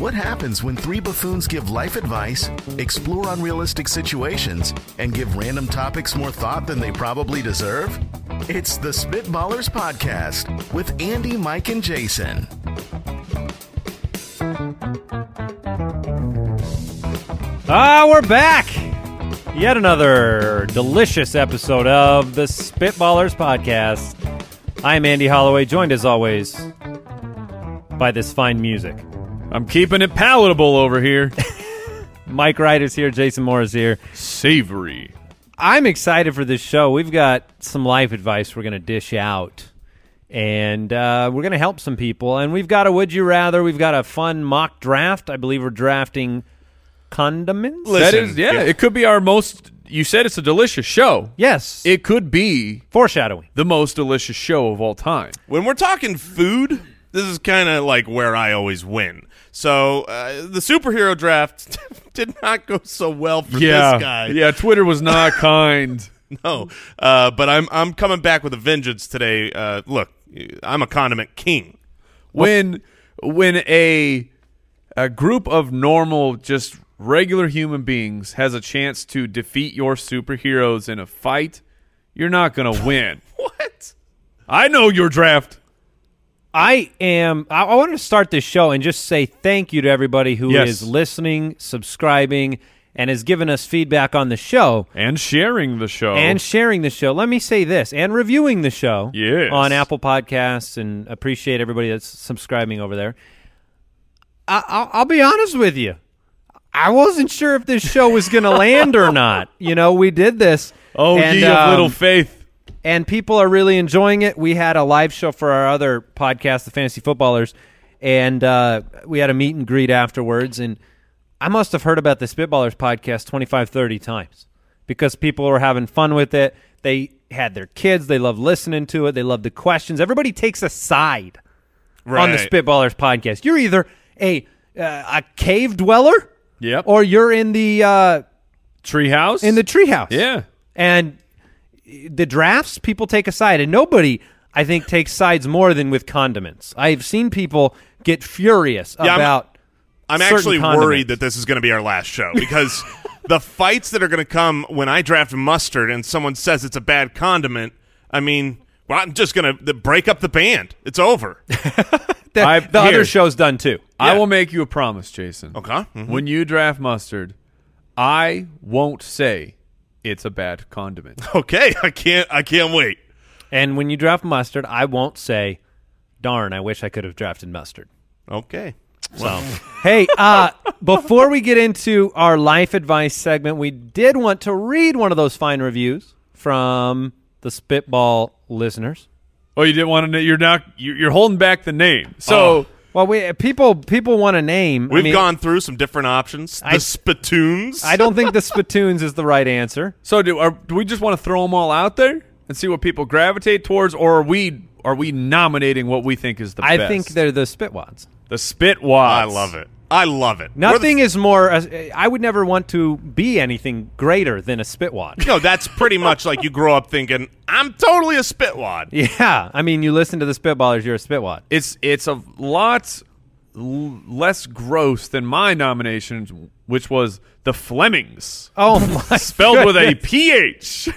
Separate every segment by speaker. Speaker 1: What happens when three buffoons give life advice, explore unrealistic situations, and give random topics more thought than they probably deserve? It's the Spitballers Podcast with Andy, Mike, and Jason.
Speaker 2: Ah, we're back. Yet another delicious episode of the Spitballers Podcast. I'm Andy Holloway, joined as always by this fine music.
Speaker 3: I'm keeping it palatable over here.
Speaker 2: Mike Wright is here, Jason Moore is here.
Speaker 3: Savory.
Speaker 2: I'm excited for this show. We've got some life advice we're going to dish out, and uh, we're going to help some people. And we've got a Would You Rather. We've got a fun mock draft. I believe we're drafting condiments.
Speaker 3: that
Speaker 4: Listen,
Speaker 3: is, yeah,
Speaker 4: if-
Speaker 3: it could be our most. You said it's a delicious show.
Speaker 2: yes.
Speaker 3: It could be
Speaker 2: foreshadowing.
Speaker 3: the most delicious show of all time.
Speaker 4: When we're talking food, this is kind of like where I always win. So uh, the superhero draft did not go so well for this guy.
Speaker 3: yeah. Twitter was not kind.
Speaker 4: No, uh, but I'm I'm coming back with a vengeance today. Uh, look, I'm a condiment king.
Speaker 3: when when a a group of normal, just regular human beings has a chance to defeat your superheroes in a fight, you're not gonna win.
Speaker 4: What?
Speaker 3: I know your draft.
Speaker 2: I am. I, I want to start this show and just say thank you to everybody who is
Speaker 3: Yes.
Speaker 2: listening, subscribing, and has given us feedback on the show
Speaker 3: And sharing the show.
Speaker 2: and sharing the show. Let me say this and reviewing the show
Speaker 3: Yes.
Speaker 2: on Apple Podcasts and appreciate everybody that's subscribing over there. I, I'll, I'll be honest with you. I wasn't sure if this show was going to land or not. You know, we did this.
Speaker 3: oh,
Speaker 2: and,
Speaker 3: ye of little
Speaker 2: um,
Speaker 3: faith.
Speaker 2: and people are really enjoying it. We had a live show for our other podcast, the Fantasy Footballers, and uh, we had a meet and greet afterwards. And I must have heard about the Spitballers podcast 25, 30 times because people were having fun with it. They had their kids. They love listening to it. They love the questions. Everybody takes a side on the
Speaker 4: Right.
Speaker 2: Spitballers podcast. You're either a uh, a cave dweller,
Speaker 3: Yep.
Speaker 2: or you're in the uh,
Speaker 3: Treehouse
Speaker 2: in the treehouse.
Speaker 3: Yeah.
Speaker 2: And the drafts, people take a side, and nobody, I think, takes sides more than with condiments. I've seen people get furious
Speaker 4: I'm-
Speaker 2: about.
Speaker 4: I'm
Speaker 2: certain
Speaker 4: actually
Speaker 2: condiments.
Speaker 4: worried that this is going to be our last show because the fights that are going to come when I draft mustard and someone says it's a bad condiment. I mean, well, I'm just going to break up the band. It's over.
Speaker 2: The,
Speaker 3: I-
Speaker 2: the
Speaker 3: here.
Speaker 2: other show's done too.
Speaker 3: I will make you a promise, Jason.
Speaker 4: Okay. Mhm.
Speaker 3: When you draft mustard, I won't say it's a bad condiment.
Speaker 4: Okay, I can't. I can't wait.
Speaker 2: And when you draft mustard, I won't say, "Darn, I wish I could have drafted mustard."
Speaker 4: Okay.
Speaker 2: Hey, uh, before we get into our life advice segment, we did want to read one of those fine reviews from the Spitball listeners.
Speaker 3: oh, you didn't want to. You're not. you- You're holding back the name.
Speaker 4: Oh.
Speaker 3: So
Speaker 2: Oh. Well, we people people want a name. I
Speaker 4: We've
Speaker 2: mean,
Speaker 4: gone through some different options. The
Speaker 2: I-
Speaker 4: spittoons.
Speaker 2: I don't think the spittoons is the right answer.
Speaker 3: so do are, do we just want to throw them all out there and see what people gravitate towards, or are we are we nominating what we think is the
Speaker 2: I
Speaker 3: best?
Speaker 2: think they're the spitwads.
Speaker 3: the spit wads.
Speaker 4: I love it. I love it. We're the-
Speaker 2: Nothing is more. uh, I would never want to be anything greater than a spitwad.
Speaker 4: No, that's pretty much like you grow up thinking, I'm totally a spitwad.
Speaker 2: yeah, I mean, you listen to the spitballers, you're a spitwad.
Speaker 3: It's it's a lot l- less gross than my nomination, which was the Flemings,
Speaker 2: Oh my!
Speaker 3: spelled with a
Speaker 2: goodness.
Speaker 3: ph.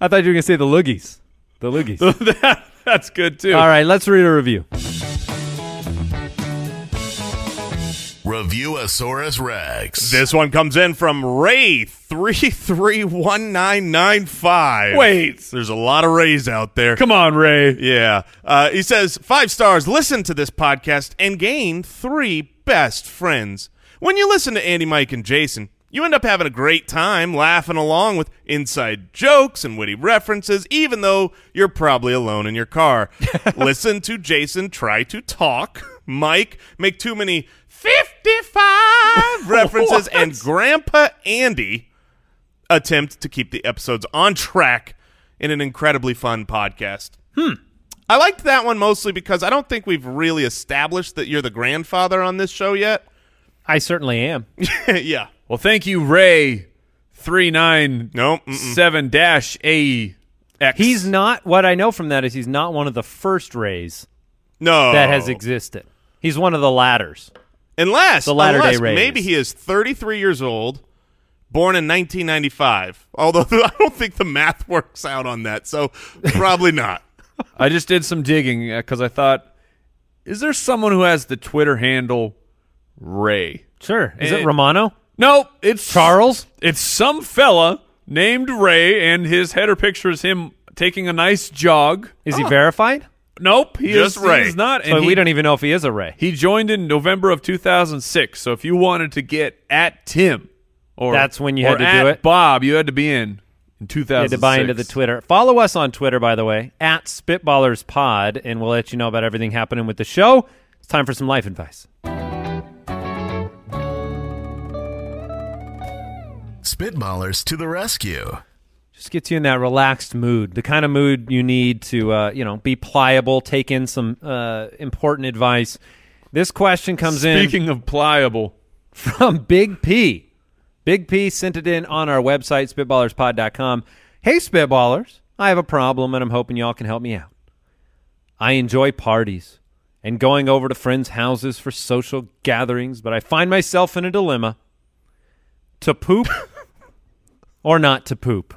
Speaker 2: I thought you were gonna say the loogies. The loogies.
Speaker 3: That- that's good too.
Speaker 2: All right, let's read a review.
Speaker 1: Review Asaurus Rex.
Speaker 4: This one comes in from Ray three three one nine nine five.
Speaker 3: Wait.
Speaker 4: there's a lot of Rays out there.
Speaker 3: Come on, Ray.
Speaker 4: Yeah, uh, he says five stars. Listen to this podcast and gain three best friends. When you listen to Andy, Mike, and Jason, You end up having a great time laughing along with inside jokes and witty references, even though you're probably alone in your car. Listen to Jason try to talk, Mike make too many 55 references, and Grandpa Andy attempt to keep the episodes on track in an incredibly fun podcast. Hmm. I liked that one mostly because I don't think we've really established that you're the grandfather on this show yet.
Speaker 2: I certainly am.
Speaker 4: yeah.
Speaker 3: Well, thank you, Ray. Three nine
Speaker 4: No. mm-mm.
Speaker 3: seven dash A X.
Speaker 2: He's not. What I know from that is he's not one of the first Rays
Speaker 4: No.
Speaker 2: that has existed. He's one of the latters.
Speaker 4: Unless,
Speaker 2: The latter-day
Speaker 4: unless
Speaker 2: Rays.
Speaker 4: maybe he is 33 years old, born in 1995. Although I don't think the math works out on that, so probably not.
Speaker 3: I just did some digging because I thought, is there someone who has the Twitter handle Ray?
Speaker 2: Sure. Is
Speaker 3: Eh.
Speaker 2: it Romano?
Speaker 3: No, it's
Speaker 2: Charles?
Speaker 3: It's some fella named Ray, and his header picture is him taking a nice jog.
Speaker 2: Is he verified?
Speaker 3: Nope, he
Speaker 4: Just
Speaker 3: is
Speaker 4: Ray.
Speaker 3: He's not.
Speaker 2: So
Speaker 3: and
Speaker 2: we
Speaker 3: he-
Speaker 2: don't even know if he is a Ray.
Speaker 3: He joined in November of 2006. So if you wanted to get at Tim, or
Speaker 2: That's when you
Speaker 3: or
Speaker 2: had to
Speaker 3: at
Speaker 2: do it?
Speaker 3: Bob, you had to be in in
Speaker 2: You
Speaker 3: 2006.
Speaker 2: had to buy into the Twitter. Follow us on Twitter, by the way, at Spitballers Pod, and we'll let you know about everything happening with the show. It's time for some life advice.
Speaker 1: Spitballers to the rescue.
Speaker 2: Just gets you in that relaxed mood, the kind of mood you need to, uh, you know, be pliable, take in some uh, important advice. This question comes in.
Speaker 3: Speaking of pliable,
Speaker 2: from Big P. Big P sent it in on our website, spitballerspod.com. Hey, Spitballers, I have a problem and I'm hoping y'all can help me out. I enjoy parties and going over to friends' houses for social gatherings, but I find myself in a dilemma to poop or not to poop.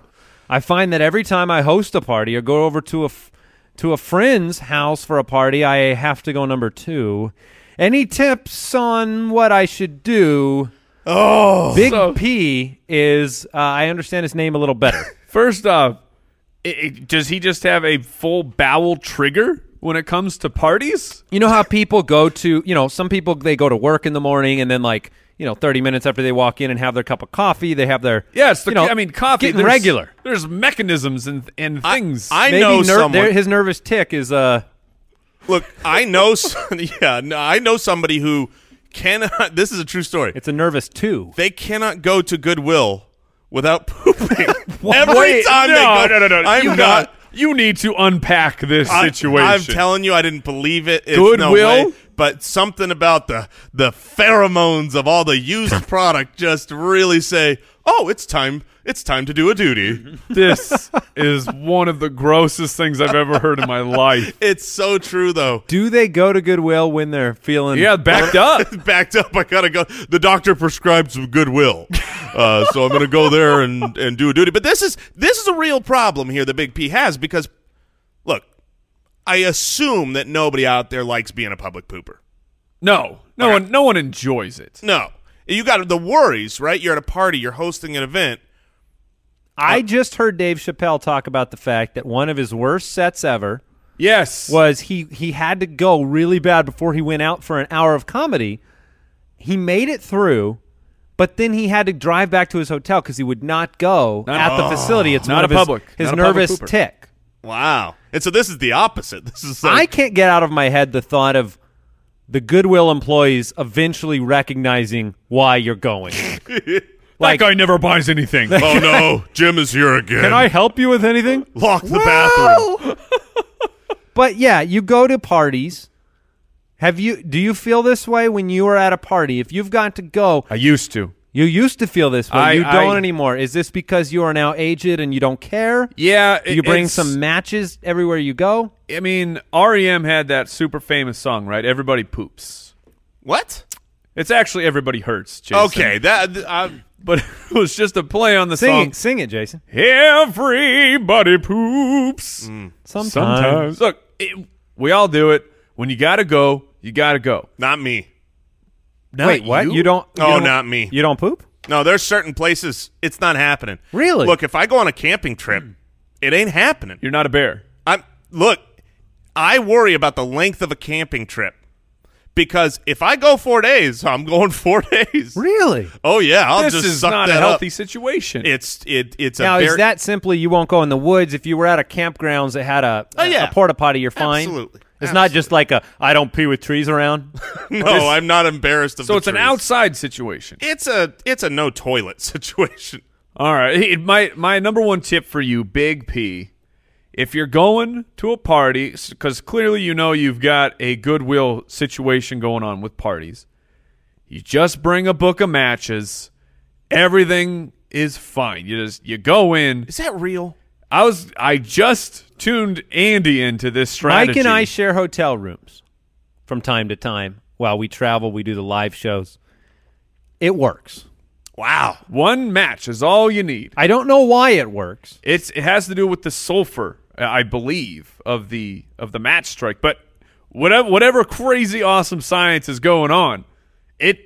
Speaker 2: I find that every time I host a party or go over to a f- to a friend's house for a party, I have to go number 2. Any tips on what I should do? Oh, Big P is uh, I understand his name a little better.
Speaker 3: first off, i i does he just have a full bowel trigger when it comes to parties?
Speaker 2: you know how people go to, you know, some people they go to work in the morning and then like, you know, 30 minutes after they walk in and have their cup of coffee, they have their
Speaker 3: Yeah, it's the
Speaker 2: you know,
Speaker 3: I mean coffee.
Speaker 2: getting
Speaker 3: there's-
Speaker 2: regular.
Speaker 3: There's mechanisms and and
Speaker 4: I-
Speaker 3: things.
Speaker 4: I,
Speaker 2: Maybe
Speaker 4: know
Speaker 2: ner-
Speaker 4: someone.
Speaker 2: their- his nervous tick is uh
Speaker 4: Look, I know. s- Yeah, no, I know somebody who cannot. This is a true story.
Speaker 2: it's a nervous 2.
Speaker 4: they cannot go to Goodwill without pooping. Every time
Speaker 3: no,
Speaker 4: they go,
Speaker 3: no, no, no.
Speaker 4: I'm
Speaker 3: you
Speaker 4: not.
Speaker 3: You need to unpack this
Speaker 4: I-
Speaker 3: situation.
Speaker 4: I'm telling you, I didn't believe it. It's no
Speaker 3: Goodwill?
Speaker 4: way. but something about the the pheromones of all the used product just really say, "Oh, it's time! It's time to do a duty."
Speaker 3: this is one of the grossest things I've ever heard in my life.
Speaker 4: it's so true, though.
Speaker 2: Do they go to Goodwill when they're feeling
Speaker 3: Yeah, backed up.
Speaker 4: Backed up, I gotta go. The doctor prescribed some Goodwill, uh, so I'm gonna go there and and do a duty. But this is this is a real problem here. The Big P has because, look, I assume that nobody out there likes being a public pooper.
Speaker 3: No, no one, no one enjoys it.
Speaker 4: No, you got the worries, right? You're at a party, you're hosting an event.
Speaker 2: I just heard Dave Chappelle talk about the fact that one of his worst sets ever
Speaker 3: Yes.
Speaker 2: was he he had to go really bad before he went out for an hour of comedy. He made it through, but then he had to drive back to his hotel because he would not go at the facility. It's
Speaker 3: Not
Speaker 2: one
Speaker 3: a
Speaker 2: of his-
Speaker 3: public-
Speaker 2: His,
Speaker 3: not a public
Speaker 2: nervous
Speaker 3: pooper.
Speaker 2: tick.
Speaker 4: Wow. And so this is the opposite. This is
Speaker 2: I
Speaker 4: like,
Speaker 2: can't get out of my head the thought of the Goodwill employees eventually recognizing why you're going.
Speaker 3: that guy never buys anything.
Speaker 4: oh no, Jim is here again.
Speaker 2: Can I help you with anything?
Speaker 4: lock the bathroom?
Speaker 2: But yeah, you go to parties. Have you do you feel this way when you are at a party? If you've got to go,
Speaker 3: I used to.
Speaker 2: you used to feel this way.
Speaker 3: I-
Speaker 2: you don't
Speaker 3: I-
Speaker 2: anymore. Is this because you are now aged and you don't care?
Speaker 3: Yeah,
Speaker 2: Do you bring
Speaker 3: it's-
Speaker 2: some matches everywhere you go?
Speaker 3: I mean, REM had that super famous song, right? Everybody poops.
Speaker 4: What?
Speaker 3: It's actually everybody hurts. Jason.
Speaker 4: Okay, that th- I,
Speaker 3: but it was just a play on the
Speaker 2: Sing
Speaker 3: song.
Speaker 2: it, sing it, Jason.
Speaker 3: Everybody poops.
Speaker 2: Sometimes.
Speaker 3: look, it, we all do it. When you gotta go, you gotta go.
Speaker 4: not me.
Speaker 3: Not
Speaker 2: Wait, what? You, don't? you
Speaker 4: Oh,
Speaker 2: don't-
Speaker 4: not me.
Speaker 2: You don't poop?
Speaker 4: No, there's certain places it's not happening.
Speaker 2: Really?
Speaker 4: Look, if I go on a camping trip, it ain't happening.
Speaker 3: You're not a bear.
Speaker 4: I'm look, I worry about the length of a camping trip because if I go four days, I'm going four days.
Speaker 2: Really?
Speaker 4: Oh yeah, I'll
Speaker 3: this
Speaker 4: just
Speaker 3: is
Speaker 4: suck
Speaker 3: not a
Speaker 4: that
Speaker 3: healthy
Speaker 4: Up.
Speaker 3: situation.
Speaker 4: It's it it's
Speaker 2: Now
Speaker 4: a
Speaker 2: is
Speaker 4: very-
Speaker 2: that simply you won't go in the woods if you were at a campgrounds that had a,
Speaker 4: Oh,
Speaker 2: a-
Speaker 4: yeah.
Speaker 2: a porta potty? You're fine.
Speaker 4: Absolutely.
Speaker 2: It's not just like a I don't pee with trees around.
Speaker 4: no. I'm not embarrassed of.
Speaker 3: so
Speaker 4: the
Speaker 3: it's an
Speaker 4: trees.
Speaker 3: outside situation.
Speaker 4: It's a it's a no toilet situation.
Speaker 3: All right. Hey, My my number one tip for you, Big P, if you're going to a party, because clearly you know you've got a goodwill situation going on with parties, you just bring a book of matches. Everything is fine. You just you go in.
Speaker 4: Is that real?
Speaker 3: I was I just tuned Andy into this strategy.
Speaker 2: Mike and I share hotel rooms from time to time while we travel. We do the live shows. It works.
Speaker 4: Wow.
Speaker 3: one match is all you need.
Speaker 2: I don't know why it works.
Speaker 3: It's it has to do with the sulfur, I I believe, of the of the match strike. But whatever whatever crazy awesome science is going on, it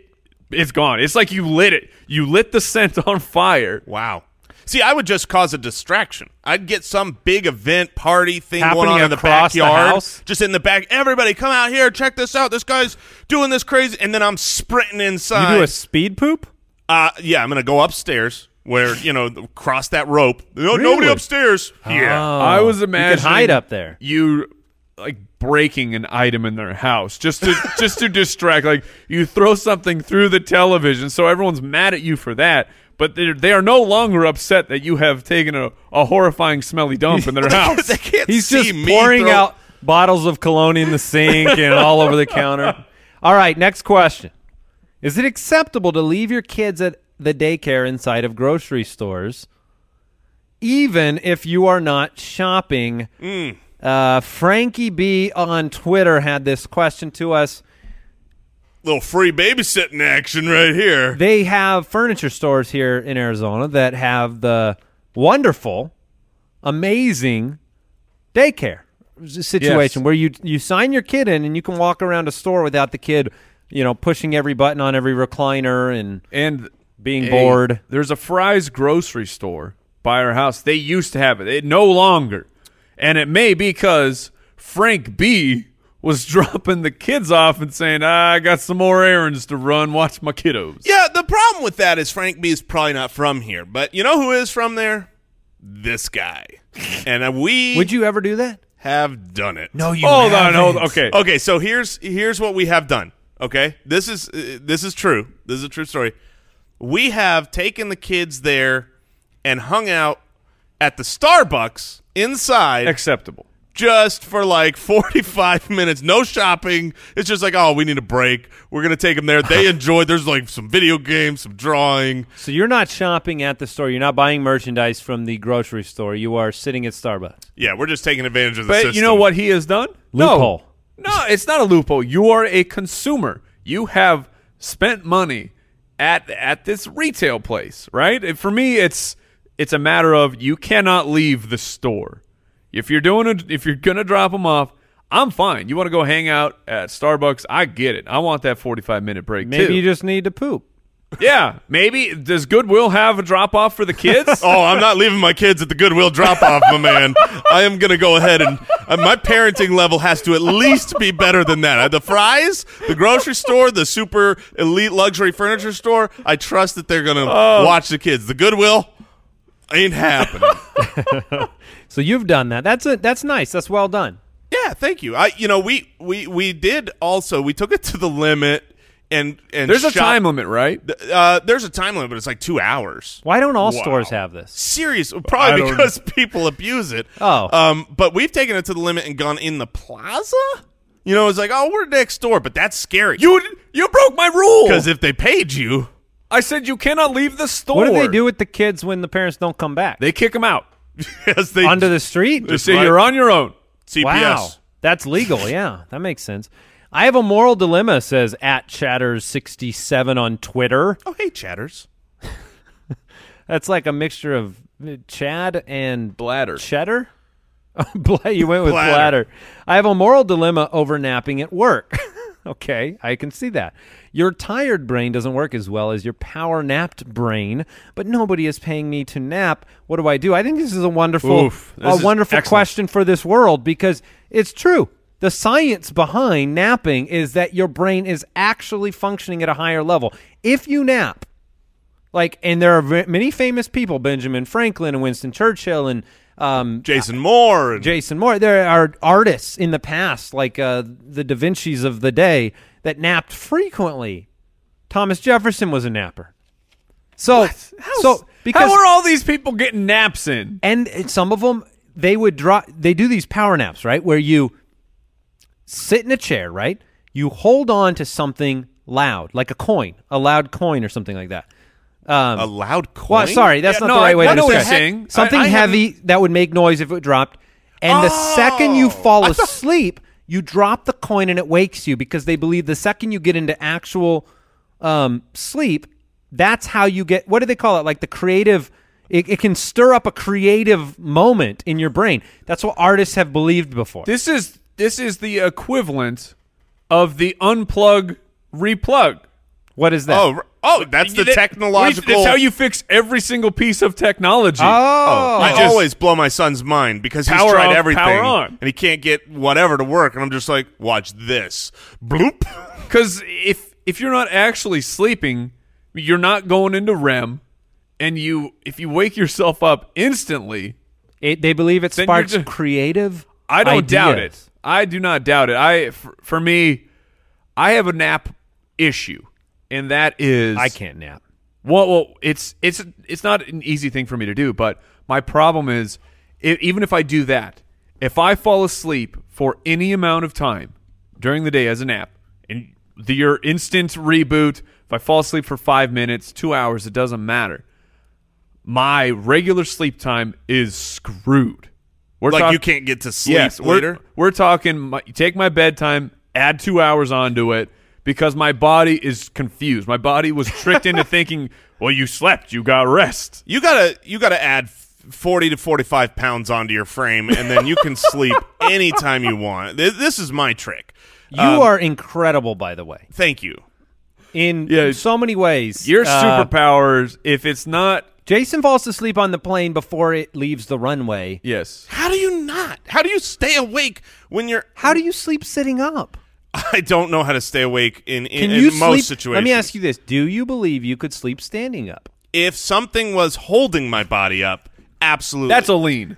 Speaker 3: it's gone. It's like you lit it. You lit the scent on fire.
Speaker 4: Wow. See, I would just cause a distraction. I'd get some big event party thing going
Speaker 2: Happening
Speaker 4: on in the
Speaker 2: across the
Speaker 4: backyard,
Speaker 2: house?
Speaker 4: just in the back. Everybody, come out here, check this out. This guy's doing this crazy, and then I'm sprinting inside.
Speaker 2: You do a speed poop?
Speaker 4: Uh, yeah, I'm gonna go upstairs where you know th- cross that rope. No,
Speaker 2: Really?
Speaker 4: nobody upstairs.
Speaker 2: Oh.
Speaker 4: Yeah,
Speaker 3: I was
Speaker 2: You can
Speaker 3: imagining
Speaker 2: hide up there.
Speaker 3: You like breaking an item in their house just to just to distract. Like you throw something through the television, so everyone's mad at you for that. But they're, they are no longer upset that you have taken a, a horrifying smelly dump in their house.
Speaker 4: they can't
Speaker 2: He's
Speaker 4: see
Speaker 2: just
Speaker 4: me
Speaker 2: pouring
Speaker 4: throw-
Speaker 2: out bottles of cologne in the sink and all over the counter. All right, next question. Is it acceptable to leave your kids at the daycare inside of grocery stores, even if you are not shopping?
Speaker 3: Mm.
Speaker 2: Uh, Frankie B on Twitter had this question to us.
Speaker 4: little free babysitting action right here.
Speaker 2: They have furniture stores here in Arizona that have the wonderful, amazing daycare s- situation
Speaker 3: Yes.
Speaker 2: where you you sign your kid in and you can walk around a store without the kid, you know, pushing every button on every recliner and
Speaker 3: and
Speaker 2: Being bored.
Speaker 3: There's a Fry's grocery store by our house. They used to have it. It no longer, and it may be because Frank B was dropping the kids off and saying, "Ah, "I got some more errands to run. Watch my kiddos."
Speaker 4: Yeah, the problem with that is Frank B is probably not from here, but you know who is from there? This guy, and uh, we
Speaker 2: Would you ever do that?
Speaker 4: have done it. No,
Speaker 2: you
Speaker 3: hold on, hold on. Okay,
Speaker 4: Okay, so here's here's what we have done. Okay, this is uh, this is true. This is a true story. We have taken the kids there and hung out at the Starbucks inside,
Speaker 3: acceptable.
Speaker 4: just for like forty five minutes. No shopping. It's just like, oh, we need a break. We're gonna take them there. They enjoyed. There's like some video games, some drawing.
Speaker 2: So you're not shopping at the store. You're not buying merchandise from the grocery store. You are sitting at Starbucks.
Speaker 4: Yeah, we're just taking advantage of the
Speaker 3: But
Speaker 4: system.
Speaker 3: you know what he has done?
Speaker 2: Loophole.
Speaker 3: No, no, it's not a loophole. You are a consumer. You have spent money at at this retail place, right? And for me, it's it's a matter of you cannot leave the store. If you're doing a, if you're gonna drop them off, I'm fine. You want to go hang out at Starbucks? I get it. I want that 45 minute break
Speaker 2: Maybe
Speaker 3: too.
Speaker 2: you just need to poop.
Speaker 3: yeah, maybe does Goodwill have a drop off for the kids?
Speaker 4: Oh, I'm not leaving my kids at the Goodwill drop off, my man. I am going to go ahead and uh, my parenting level has to at least be better than that. Uh, The fries, the grocery store, the super elite luxury furniture store, I trust that they're going to watch the kids. The Goodwill ain't happening.
Speaker 2: So you've done that. That's a that's nice. That's well done.
Speaker 4: yeah, thank you. I you know, we we we did also we took it to the limit and and
Speaker 3: There's a
Speaker 4: shop-
Speaker 3: time limit, right?
Speaker 4: Uh, there's a time limit, but it's like 2 hours.
Speaker 2: Why don't all
Speaker 4: Wow.
Speaker 2: stores have this?
Speaker 4: serious
Speaker 3: I
Speaker 4: probably
Speaker 3: don't-
Speaker 4: because people abuse it
Speaker 2: Oh.
Speaker 4: um but we've taken it to the limit and gone in the plaza you know it's like oh we're next door but that's scary
Speaker 3: You you broke my rule.
Speaker 4: because if they paid you
Speaker 3: I said you cannot leave the store.
Speaker 2: What do they do with the kids when the parents don't come back?
Speaker 3: They kick them out.
Speaker 4: yes they
Speaker 2: onto the street?
Speaker 3: They say
Speaker 4: right.
Speaker 3: you're on your own.
Speaker 4: cps
Speaker 2: Wow, that's legal. Yeah, that makes sense. I have a moral dilemma, says at chatters67 on Twitter.
Speaker 4: oh hey chatters
Speaker 2: That's like a mixture of uh, Chad and
Speaker 3: Bladder.
Speaker 2: Cheddar. Bla- you went with
Speaker 4: Bladder.
Speaker 2: bladder. I have a moral dilemma over napping at work. okay, I can see that. Your tired brain doesn't work as well as your power napped brain, but nobody is paying me to nap. What do I do? I think this is a wonderful,
Speaker 3: Oof, this
Speaker 2: a
Speaker 3: is
Speaker 2: wonderful
Speaker 3: excellent.
Speaker 2: question for this world because it's true. The science behind napping is that your brain is actually functioning at a higher level. If you nap, like, and there are ve- many famous people, Benjamin Franklin and Winston Churchill and um,
Speaker 4: Jason Moore. And,
Speaker 2: Jason Moore. There are artists in the past, like uh, the Da Vinci's of the day, that napped frequently. Thomas Jefferson was a napper. So, so because
Speaker 3: how are all these people getting naps in?
Speaker 2: and it- some of them they would drop they do these power naps right where you sit in a chair right you hold on to something loud like a coin a loud coin or something like that um,
Speaker 4: a loud coin.
Speaker 2: well, sorry that's
Speaker 3: Yeah,
Speaker 2: not
Speaker 3: no,
Speaker 2: the right
Speaker 3: I-
Speaker 2: way
Speaker 3: I
Speaker 2: to
Speaker 3: know what
Speaker 2: describe
Speaker 3: you're
Speaker 2: it
Speaker 3: saying.
Speaker 2: something
Speaker 3: I- Oh. I
Speaker 2: heavy that would make noise if it dropped and the second you fall asleep you drop the coin and it wakes you because they believe the second you get into actual um, sleep, that's how you get. What do they call it? Like the creative. It, it can stir up a creative moment in your brain. That's what artists have believed before.
Speaker 3: This is this is the equivalent of the unplug replug.
Speaker 2: what is that?
Speaker 4: Oh, r- oh, that's the
Speaker 3: That-
Speaker 4: technological. Ah.
Speaker 3: That's how you fix every single piece of technology.
Speaker 2: Oh.
Speaker 4: I
Speaker 3: just-
Speaker 4: always blow my son's mind because he's
Speaker 3: Power
Speaker 4: tried
Speaker 3: off,
Speaker 4: everything
Speaker 3: power on.
Speaker 4: and he can't get whatever to work, and I'm just like, watch this, bloop.
Speaker 3: Because if if you're not actually sleeping, you're not going into REM, and you if you wake yourself up instantly,
Speaker 2: It, they believe it
Speaker 3: Then you're
Speaker 2: sparks
Speaker 3: ju-
Speaker 2: creative.
Speaker 3: I don't doubt it.
Speaker 2: ideas.
Speaker 3: I do not doubt it. I for, for me, I have a nap issue, and that is
Speaker 2: I can't nap.
Speaker 3: Well, well, it's it's it's not an easy thing for me to do, but my problem is i even if I do that, if I fall asleep for any amount of time during the day as a nap, and the, your instant reboot, if I fall asleep for five minutes, two hours, it doesn't matter. My regular sleep time is screwed. We're
Speaker 4: Like
Speaker 3: talk-
Speaker 4: you can't get to sleep
Speaker 3: yes, we're-
Speaker 4: later.
Speaker 3: We're, talking. My, you take my bedtime, add two hours onto it because my body is confused. My body was tricked into thinking, "Well, you slept, you got rest."
Speaker 4: You gotta you gotta add f- forty to forty five pounds onto your frame, and then you can sleep anytime you want. Th- This is my trick.
Speaker 2: You
Speaker 3: Um,
Speaker 2: are incredible, by the way,
Speaker 4: Thank you.
Speaker 2: in
Speaker 3: Yeah.
Speaker 2: so many ways.
Speaker 3: Your
Speaker 2: Uh,
Speaker 3: superpowers, if it's not
Speaker 2: Jason falls asleep on the plane before it leaves the runway.
Speaker 3: yes,
Speaker 4: How do you not? How do you stay awake when you're?
Speaker 2: How do you sleep sitting up?
Speaker 4: I don't know how to stay awake in
Speaker 2: Can
Speaker 4: in,
Speaker 2: you
Speaker 4: in most
Speaker 2: sleep?
Speaker 4: situations.
Speaker 2: Let me ask you this: Do you believe you could sleep standing up?
Speaker 4: if something was holding my body up, absolutely.
Speaker 3: that's a lean.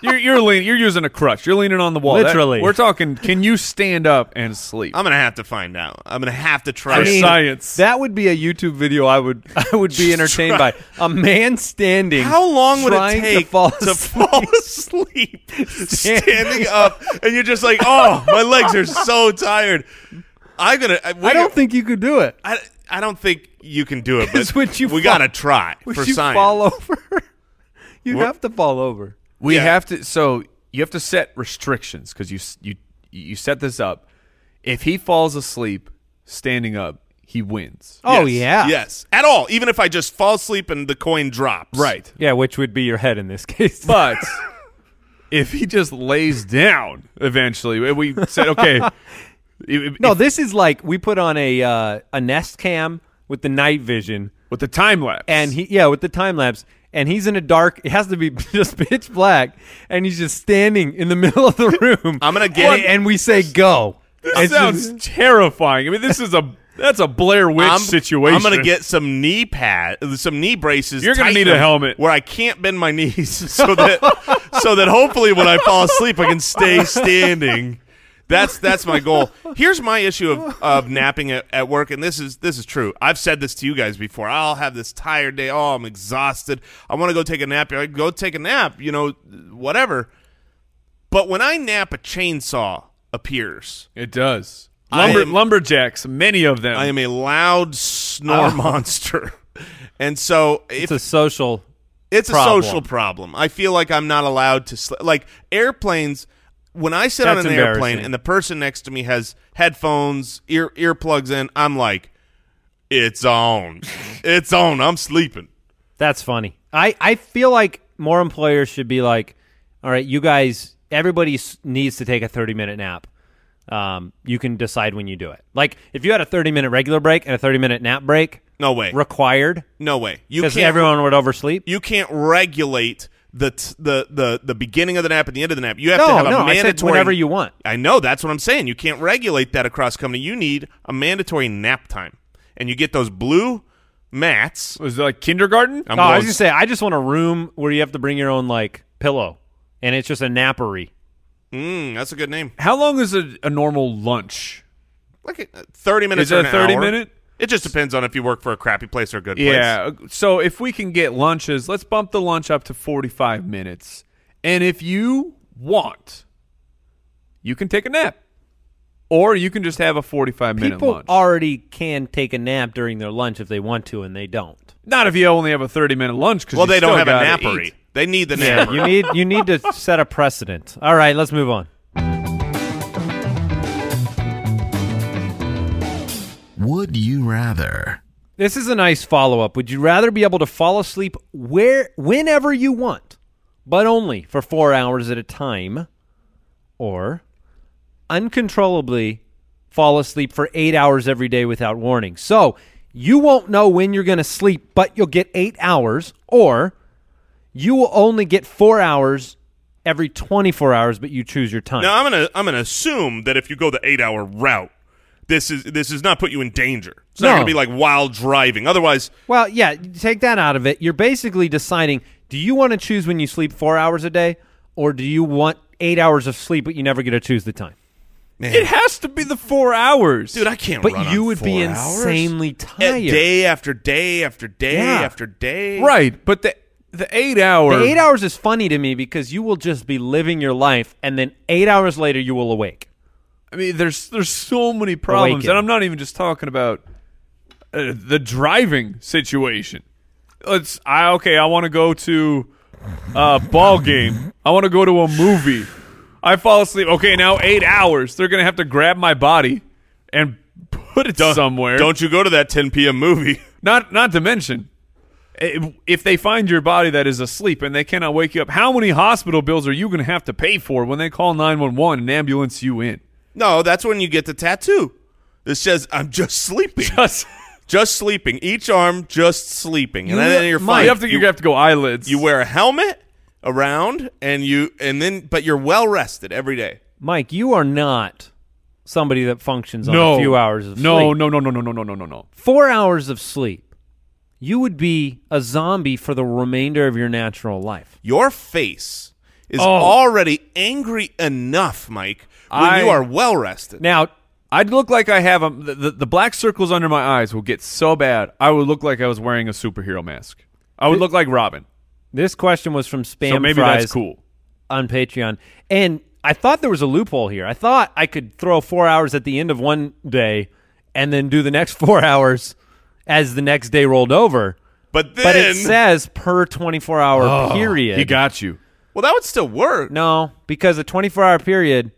Speaker 3: you're you're lean. You're using a crutch. You're leaning on the wall. That-
Speaker 2: Literally.
Speaker 3: we're talking. Can you stand up and sleep?
Speaker 4: I'm gonna have to find out. I'm gonna have to try.
Speaker 3: I
Speaker 4: it.
Speaker 3: mean- Science.
Speaker 2: That would be a YouTube video. I would I would be entertained by a man standing.
Speaker 4: How long would it
Speaker 2: trying
Speaker 4: take
Speaker 2: to fall asleep.
Speaker 4: fall asleep standing up? And you're just like, oh, my legs are so tired. I'm gonna. I, uh,
Speaker 2: I don't think you could do it.
Speaker 4: I, I don't think you can do it.
Speaker 2: 'Cause
Speaker 4: But
Speaker 2: would you
Speaker 4: we
Speaker 2: fall-
Speaker 4: gotta try
Speaker 2: Would
Speaker 4: for
Speaker 2: you
Speaker 4: science.
Speaker 2: fall over? You'd
Speaker 4: What?
Speaker 2: have to fall over.
Speaker 3: We
Speaker 4: Yeah.
Speaker 3: have to. So you have to set restrictions because you s- you you set this up. If he falls asleep standing up, he wins.
Speaker 2: Oh
Speaker 4: Yes.
Speaker 2: yeah,
Speaker 4: Yes. At all. Even if I just fall asleep and the coin drops.
Speaker 3: Right.
Speaker 2: yeah. Which would be your head in this case.
Speaker 3: But if he just lays down eventually, and we said, okay. if- if-
Speaker 2: no, this is like we put on a uh, a Nest Cam with the night vision.
Speaker 3: with the time lapse.
Speaker 2: and he yeah with the time lapse and he's in a dark it has to be just pitch black and he's just standing in the middle of the room
Speaker 4: I'm gonna get
Speaker 2: and,
Speaker 4: it.
Speaker 2: and we say go
Speaker 3: This sounds terrifying. I mean, this is a that's a Blair Witch
Speaker 4: I'm,
Speaker 3: situation.
Speaker 4: I'm gonna get some knee pad, some knee braces.
Speaker 3: You're gonna
Speaker 4: tighten
Speaker 3: need a
Speaker 4: them
Speaker 3: helmet.
Speaker 4: where I can't bend my knees, so that so that hopefully when I fall asleep, I can stay standing. That's that's my goal. Here's my issue of, of napping at, at work, and this is this is true. I've said this to you guys before. I'll have this tired day. Oh, I'm exhausted. I want to go take a nap. You're like, go take a nap. You know, whatever. But when I nap, a chainsaw appears.
Speaker 3: it does.
Speaker 4: I
Speaker 3: Lumber,
Speaker 4: am-
Speaker 3: lumberjacks, many of them.
Speaker 4: I am a loud snore
Speaker 2: Oh.
Speaker 4: monster. And so if
Speaker 2: it's a social
Speaker 4: it's a
Speaker 2: problem.
Speaker 4: social problem. I feel like I'm not allowed to sl- like airplanes when I sit
Speaker 2: That's
Speaker 4: on an airplane
Speaker 2: embarrassing.
Speaker 4: and the person next to me has headphones, ear earplugs in, I'm like it's on. it's on. I'm sleeping.
Speaker 2: that's funny i i feel like more employers should be like all right you guys everybody s- needs to take a 30 minute nap um, you can decide when you do it like if you had a 30 minute regular break and a 30 minute nap break
Speaker 4: No way.
Speaker 2: required
Speaker 4: No way. You
Speaker 2: because
Speaker 4: can't
Speaker 2: everyone would oversleep
Speaker 4: you can't regulate the t- the the the beginning of the nap and the end of the nap. You have to
Speaker 2: No,
Speaker 4: have
Speaker 2: no,
Speaker 4: a
Speaker 2: I said
Speaker 4: mandatory
Speaker 2: whenever you want.
Speaker 4: I know that's what I'm saying. You can't regulate that across company. You need a mandatory nap time, and you get those blue mats.
Speaker 3: Was it like kindergarten?
Speaker 4: I'm
Speaker 2: No, Oh, I
Speaker 4: going
Speaker 2: was gonna say I just want a room where you have to bring your own like pillow, and it's just a nappery.
Speaker 4: Mm, that's a good name.
Speaker 3: How long is a, a normal lunch?
Speaker 4: Like uh, thirty minutes.
Speaker 3: Is it
Speaker 4: or
Speaker 3: a
Speaker 4: an
Speaker 3: 30
Speaker 4: hour.
Speaker 3: minute?
Speaker 4: It just depends on if you work for a crappy place or a good place.
Speaker 3: Yeah. So if we can get lunches, let's bump the lunch up to 45 minutes. And if you want, you can take a nap. Or you can just have a 45 minute
Speaker 2: People
Speaker 3: lunch.
Speaker 2: already can take a nap during their lunch if they want to, and they don't.
Speaker 3: Not if you only have a 30 minute lunch because
Speaker 4: Well, they don't have a nappery. They need the napper.
Speaker 2: you need you need to set a precedent. All right, let's move on.
Speaker 1: Would you rather?
Speaker 2: This is a nice follow up. Would you rather be able to fall asleep where whenever you want, but only for 4 hours at a time or uncontrollably fall asleep for 8 hours every day without warning. So, you won't know when you're going to sleep, but you'll get 8 hours or you will only get 4 hours every 24 hours, but you choose your time.
Speaker 4: Now I'm gonna I'm gonna assume that if you go the eight hour route, this is this does not put you in danger. It's not
Speaker 2: No.
Speaker 4: gonna be like wild driving. Otherwise,
Speaker 2: Well, yeah, take that out of it. You're basically deciding do you want to choose when you sleep four hours a day, or do you want eight hours of sleep, but you never get to choose the time?
Speaker 3: It has to be the four hours.
Speaker 4: dude, I can't. run
Speaker 2: But
Speaker 4: on
Speaker 2: you would be
Speaker 4: four hours.
Speaker 2: insanely
Speaker 4: Yeah,
Speaker 2: tired.
Speaker 4: day after day after day
Speaker 2: Yeah.
Speaker 4: after day.
Speaker 3: Right. But the, the eight hour.
Speaker 2: the eight hours is funny to me because you will just be living your life, and then eight hours later you will awake.
Speaker 3: I mean, there's there's so many problems,
Speaker 2: Awaken.
Speaker 3: and I'm not even just talking about uh, the driving situation. Let's I okay, I want to go to a ball game. I want to go to a movie. I fall asleep. Okay, now eight hours. They're gonna have to grab my body and put it
Speaker 4: Don't-
Speaker 3: somewhere.
Speaker 4: Don't you go to that 10 p.m. movie?
Speaker 3: not not to mention. i- If they find your body that is asleep and they cannot wake you up, how many hospital bills are you going to have to pay for when they call 911 and ambulance you in?
Speaker 4: No, that's when you get the tattoo. It says I'm just sleeping,
Speaker 3: Just,
Speaker 4: just sleeping. Each arm just sleeping, and
Speaker 2: You
Speaker 4: then you're
Speaker 2: might-
Speaker 4: fine.
Speaker 3: you have to you, have to go eyelids.
Speaker 4: you wear a helmet around, and you and then but you're well rested every day.
Speaker 2: Mike, you are not somebody that functions on a few hours of
Speaker 3: no,
Speaker 2: sleep.
Speaker 3: No, no, no, no, no, no, no, no, no.
Speaker 2: Four hours of sleep, you would be a zombie for the remainder of your natural life.
Speaker 4: Your face is
Speaker 3: Oh.
Speaker 4: already angry enough, Mike, when
Speaker 3: I-
Speaker 4: you are well rested.
Speaker 2: Now,
Speaker 3: I'd look like I have a, the, the the black circles under my eyes will get so bad. I would look like I was wearing a superhero mask. I would look like Robin.
Speaker 2: This question was from Spam
Speaker 3: so maybe
Speaker 2: Fries
Speaker 3: that's cool.
Speaker 2: on Patreon, and I thought there was a loophole here. I thought I could throw four hours at the end of one day, and then do the next four hours as the next day rolled over.
Speaker 4: but then,
Speaker 2: But it says per twenty-four hour period.
Speaker 3: Oh, He got you.
Speaker 4: well, that would still work.
Speaker 2: no, because a twenty-four hour period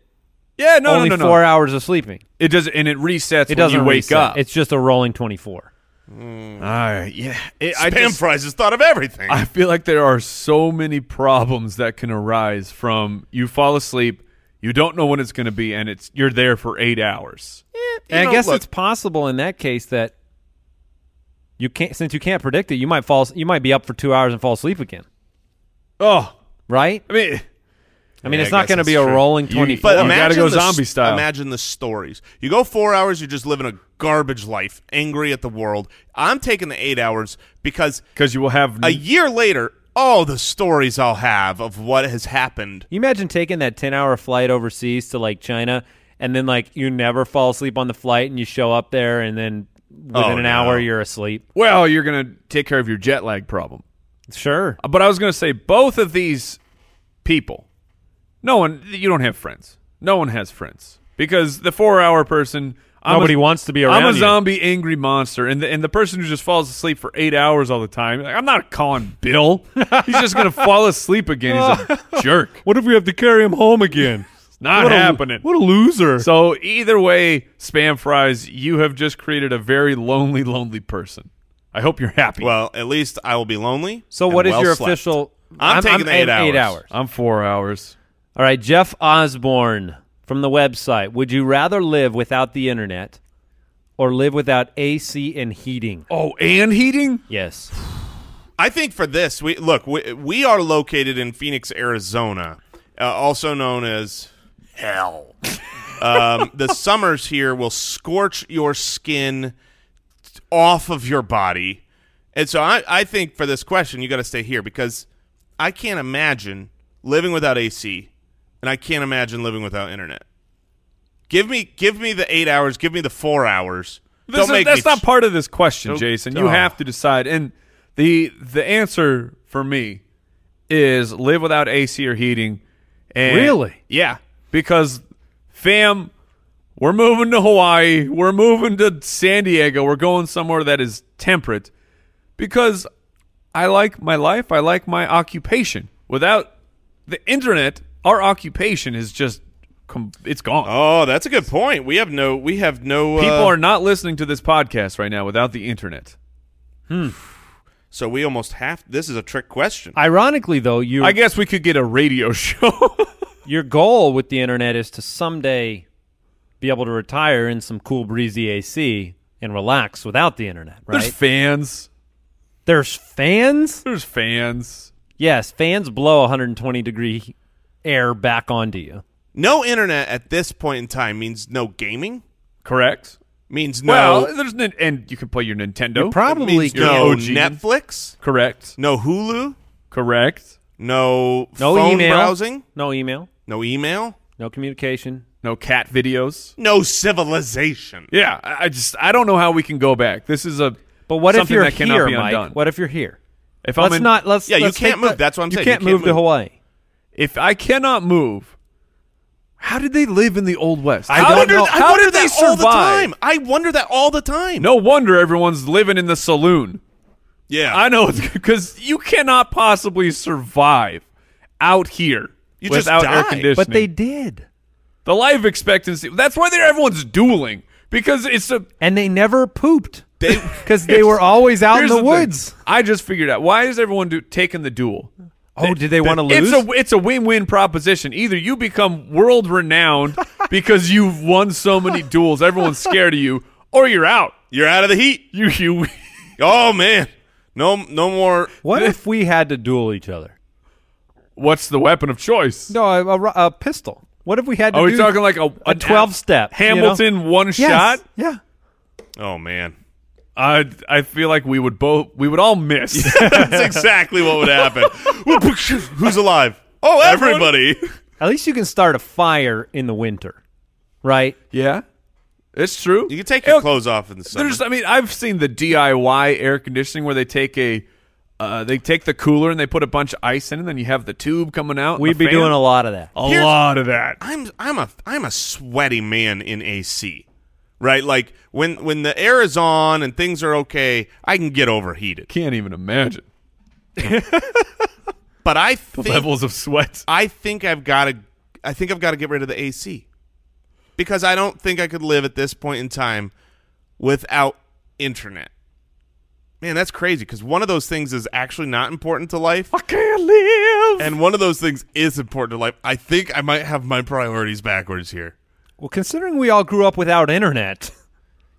Speaker 3: Yeah, no,
Speaker 2: only
Speaker 3: no, no, no.
Speaker 2: four hours of sleeping.
Speaker 3: It does, and it resets.
Speaker 2: It
Speaker 3: when
Speaker 2: doesn't
Speaker 3: you wake
Speaker 2: reset.
Speaker 3: up.
Speaker 2: It's just a rolling twenty-four.
Speaker 3: Ah, yeah. It, I
Speaker 4: Spam
Speaker 3: just-
Speaker 4: fries has thought of everything.
Speaker 3: I feel like there are so many problems that can arise from you fall asleep, you don't know when it's going to be, and it's you're there for eight hours.
Speaker 4: You
Speaker 2: and
Speaker 4: know,
Speaker 2: I guess
Speaker 4: look,
Speaker 2: it's possible in that case that you can't, since you can't predict it, you might fall. You might be up for two hours and fall asleep again.
Speaker 3: Oh,
Speaker 2: Right?
Speaker 3: I mean.
Speaker 2: I mean,
Speaker 4: Yeah,
Speaker 2: it's
Speaker 4: I
Speaker 2: not
Speaker 4: guess
Speaker 2: going to be
Speaker 4: that's
Speaker 2: a
Speaker 4: true.
Speaker 2: rolling
Speaker 3: You-
Speaker 2: 24.
Speaker 4: But
Speaker 3: You gotta
Speaker 4: imagine
Speaker 3: go
Speaker 4: the,
Speaker 3: zombie
Speaker 4: s-
Speaker 3: style.
Speaker 4: Imagine the stories. You go four hours, you're just living a garbage life, angry at the world. I'm taking the eight hours because
Speaker 3: Because you will have
Speaker 4: a year later, all the stories I'll have of what has happened.
Speaker 2: you imagine taking that 10 hour flight overseas to like China and then like you never fall asleep on the flight and you show up there and then within
Speaker 4: Oh,
Speaker 2: an
Speaker 4: no.
Speaker 2: hour you're asleep.
Speaker 3: well, you're gonna take care of your jet lag problem.
Speaker 2: Sure.
Speaker 3: Uh, But I was gonna say both of these people, no one, you don't have friends. No one has friends because the four-hour person, I'm
Speaker 2: Nobody
Speaker 3: a,
Speaker 2: wants to be
Speaker 3: I'm
Speaker 2: around
Speaker 3: a
Speaker 2: you.
Speaker 3: zombie, angry monster, and the, and the person who just falls asleep for eight hours all the time. Like, I'm not calling Bill. He's just gonna fall asleep again. He's a jerk.
Speaker 2: What if we have to carry him home again?
Speaker 3: Not happening.
Speaker 2: a loser.
Speaker 3: so either way, spam fries, you have just created a very lonely, lonely person. I hope you're happy.
Speaker 4: Well, at least I will be lonely.
Speaker 2: So
Speaker 4: and
Speaker 2: what is
Speaker 4: well
Speaker 2: your
Speaker 4: slept.
Speaker 2: official
Speaker 4: I'm taking the eight
Speaker 2: eight
Speaker 4: hours.
Speaker 2: hours.
Speaker 3: I'm four hours.
Speaker 2: All right, Jeff Osborne from the website. Would you rather live without the internet or live without AC and heating?
Speaker 3: Oh, and heating?
Speaker 2: Yes.
Speaker 4: I think for this, we look. We, we are located in Phoenix, Arizona, uh, also known as hell. um, the summers here will scorch your skin off of your body, and so I, I think for this question, you got to stay here because I can't imagine living without AC, and I can't imagine living without internet. Give me, give me the eight hours. Give me the four hours.
Speaker 3: This
Speaker 4: Don't
Speaker 3: is-
Speaker 4: make
Speaker 3: that's
Speaker 4: me
Speaker 3: not part of this question,
Speaker 4: Don't-
Speaker 3: Jason. You
Speaker 4: Oh.
Speaker 3: have to decide. And the the answer for me is live without AC or heating. And
Speaker 2: Really?
Speaker 3: Yeah. Because fam, we're moving to Hawaii. We're moving to San Diego. We're going somewhere that is temperate. Because I like my life. I like my occupation. Without the internet, our occupation is just com- it's gone.
Speaker 4: Oh, that's a good point. We have no, we have no.
Speaker 3: People
Speaker 4: uh,
Speaker 3: are not listening to this podcast right now without the internet.
Speaker 4: So we almost have. This is a trick question.
Speaker 2: Ironically, though, you
Speaker 3: I guess we could get a radio show.
Speaker 2: your goal with the internet is to someday be able to retire in some cool breezy AC and relax without the internet, right?
Speaker 3: There's fans.
Speaker 2: There's fans?
Speaker 3: There's fans.
Speaker 2: Yes, fans blow 120 degree air back onto you.
Speaker 4: no internet at this point in time means no gaming.
Speaker 3: Correct.
Speaker 4: Means no.
Speaker 3: Well, there's n- and you can play your Nintendo.
Speaker 2: You probably
Speaker 4: means
Speaker 2: can.
Speaker 4: no
Speaker 3: OG.
Speaker 4: Netflix.
Speaker 3: Correct.
Speaker 4: No Hulu.
Speaker 3: Correct.
Speaker 4: No,
Speaker 2: No
Speaker 4: phone
Speaker 2: email.
Speaker 4: browsing.
Speaker 2: No email.
Speaker 4: No email.
Speaker 2: No communication.
Speaker 3: No cat videos.
Speaker 4: No civilization.
Speaker 3: Yeah, I I just I don't know how we can go back. This is a
Speaker 2: But what
Speaker 3: something
Speaker 2: if you're
Speaker 3: that cannot
Speaker 2: here,
Speaker 3: be
Speaker 2: Mike?
Speaker 3: undone.
Speaker 2: What if you're here?
Speaker 3: if I'm
Speaker 2: Let's
Speaker 3: in-
Speaker 2: not. Let's
Speaker 4: Yeah, you
Speaker 2: let's
Speaker 4: can't
Speaker 2: take
Speaker 4: move.
Speaker 2: the-
Speaker 4: That's what I'm saying.
Speaker 2: You can't, move, to Hawaii.
Speaker 3: If I cannot move, how did they live in the old west?
Speaker 2: I
Speaker 3: how
Speaker 2: don't
Speaker 3: did,
Speaker 2: know.
Speaker 4: I
Speaker 3: How
Speaker 4: wonder
Speaker 3: did they
Speaker 4: that
Speaker 3: survive?
Speaker 4: all the time. I wonder that all the time.
Speaker 3: No wonder everyone's living in the saloon.
Speaker 4: Yeah.
Speaker 3: I know because you cannot possibly survive out here
Speaker 4: You just
Speaker 3: without
Speaker 4: die.
Speaker 3: air
Speaker 4: But
Speaker 3: conditioning.
Speaker 2: But they did,
Speaker 3: the life expectancy. That's why they're, everyone's dueling because it's a
Speaker 2: and they never pooped
Speaker 4: They-
Speaker 2: because they were always out in
Speaker 3: here's
Speaker 2: the,
Speaker 3: thing.
Speaker 2: woods.
Speaker 3: I just figured out why is everyone do, taking the duel.
Speaker 2: Oh, did they want to lose?
Speaker 3: It's a it's a win win proposition. Either you become world renowned because you've won so many duels, everyone's scared of you, or you're out.
Speaker 4: You're out of the heat.
Speaker 3: You you.
Speaker 4: Oh man. No, no more.
Speaker 2: what if we had to duel each other?
Speaker 3: What's the weapon of choice?
Speaker 2: No, a, a ru- a pistol. What if we had to?
Speaker 3: Are we
Speaker 2: do
Speaker 3: talking like a
Speaker 2: a
Speaker 3: an
Speaker 2: 12 step? you know?
Speaker 3: Hamilton one shot?
Speaker 2: Yes. Yeah.
Speaker 4: Oh man.
Speaker 3: I I feel like we would both we would all miss.
Speaker 4: That's exactly what would happen. Who's alive? Oh, everybody.
Speaker 2: At least you can start a fire in the winter, right?
Speaker 3: yeah, it's true.
Speaker 4: You can take your
Speaker 3: Look,
Speaker 4: clothes off in the summer.
Speaker 3: There's I mean I've seen the DIY air conditioning where they take a uh, they take the cooler and they put a bunch of ice in it, and then you have the tube coming out. and
Speaker 2: We'd
Speaker 3: the
Speaker 2: be
Speaker 3: fan. Oh,
Speaker 2: doing a lot of that.
Speaker 3: a
Speaker 4: Here's-
Speaker 3: lot of that.
Speaker 4: I'm I'm a I'm a sweaty man in AC. Right? Like when when the air is on and things are okay, I can get overheated.
Speaker 3: Can't even imagine
Speaker 4: But I
Speaker 3: the
Speaker 4: think
Speaker 3: levels of sweat.
Speaker 4: I think I've got to I think I've got to get rid of the AC. Because I don't think I could live at this point in time without internet. Man, that's crazy cuz one of those things is actually not important to life
Speaker 3: I can't live.
Speaker 4: and one of those things is important to life. I think I might have my priorities backwards here.
Speaker 2: Well, considering we all grew up without internet,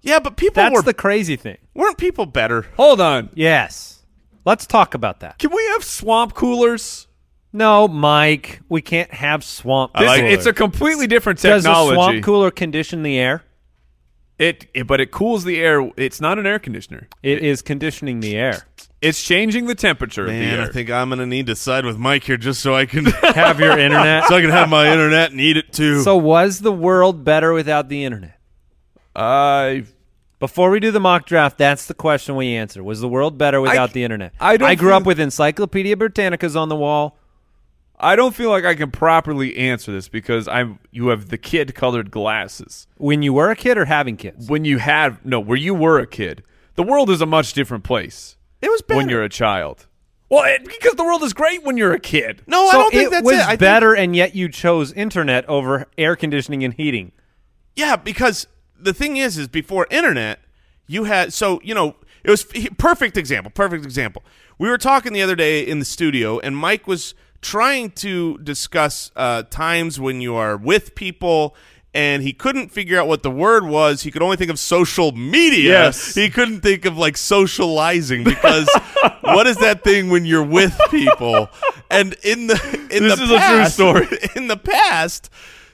Speaker 4: Yeah, but people
Speaker 2: that's
Speaker 4: were
Speaker 2: the crazy thing.
Speaker 4: weren't people better?
Speaker 3: Hold on.
Speaker 2: Yes. Let's talk about that.
Speaker 3: Can we have swamp coolers?
Speaker 2: No, Mike, we can't have swamp.
Speaker 4: I like-
Speaker 2: cooler.
Speaker 3: it's a completely different
Speaker 2: Does
Speaker 3: technology.
Speaker 2: a swamp cooler condition the air?
Speaker 3: It, it but it cools the air. It's not an air conditioner.
Speaker 2: it is conditioning the air.
Speaker 3: It's changing the temperature of
Speaker 4: Man,
Speaker 3: the air.
Speaker 4: I think I'm gonna need to side with Mike here just so I can
Speaker 2: Have your internet.
Speaker 4: so I can have my internet and eat it too.
Speaker 2: so was the world better without the internet?
Speaker 3: I
Speaker 2: Before we do the mock draft, that's the question we answer. Was the world better without the internet?
Speaker 3: I don't
Speaker 2: grew up
Speaker 3: think-
Speaker 2: with Encyclopedia Britannicas on the wall.
Speaker 3: I don't feel like I can properly answer this because I'm you have the kid colored glasses.
Speaker 2: When you were a kid or having kids?
Speaker 3: When you have no, where you were a kid, the world is a much different place
Speaker 2: It was
Speaker 3: when you're a child. Well, it, because the world is great when you're a kid.
Speaker 4: no, I
Speaker 2: so
Speaker 4: don't think
Speaker 2: it
Speaker 4: that's
Speaker 2: was
Speaker 4: it. I think-
Speaker 2: better, and yet you chose internet over air conditioning and heating.
Speaker 4: yeah, because the thing is, is before internet, you had so you know it was perfect example. Perfect example. We were talking the other day in the studio, and Mike was trying to discuss uh, times when you are with people. And he couldn't figure out what the word was. He could only think of social media.
Speaker 3: Yes.
Speaker 4: He couldn't think of like socializing because what is that thing when you're with people? And in the in
Speaker 3: This
Speaker 4: the
Speaker 3: is a true
Speaker 4: past-
Speaker 3: story.
Speaker 4: In the past,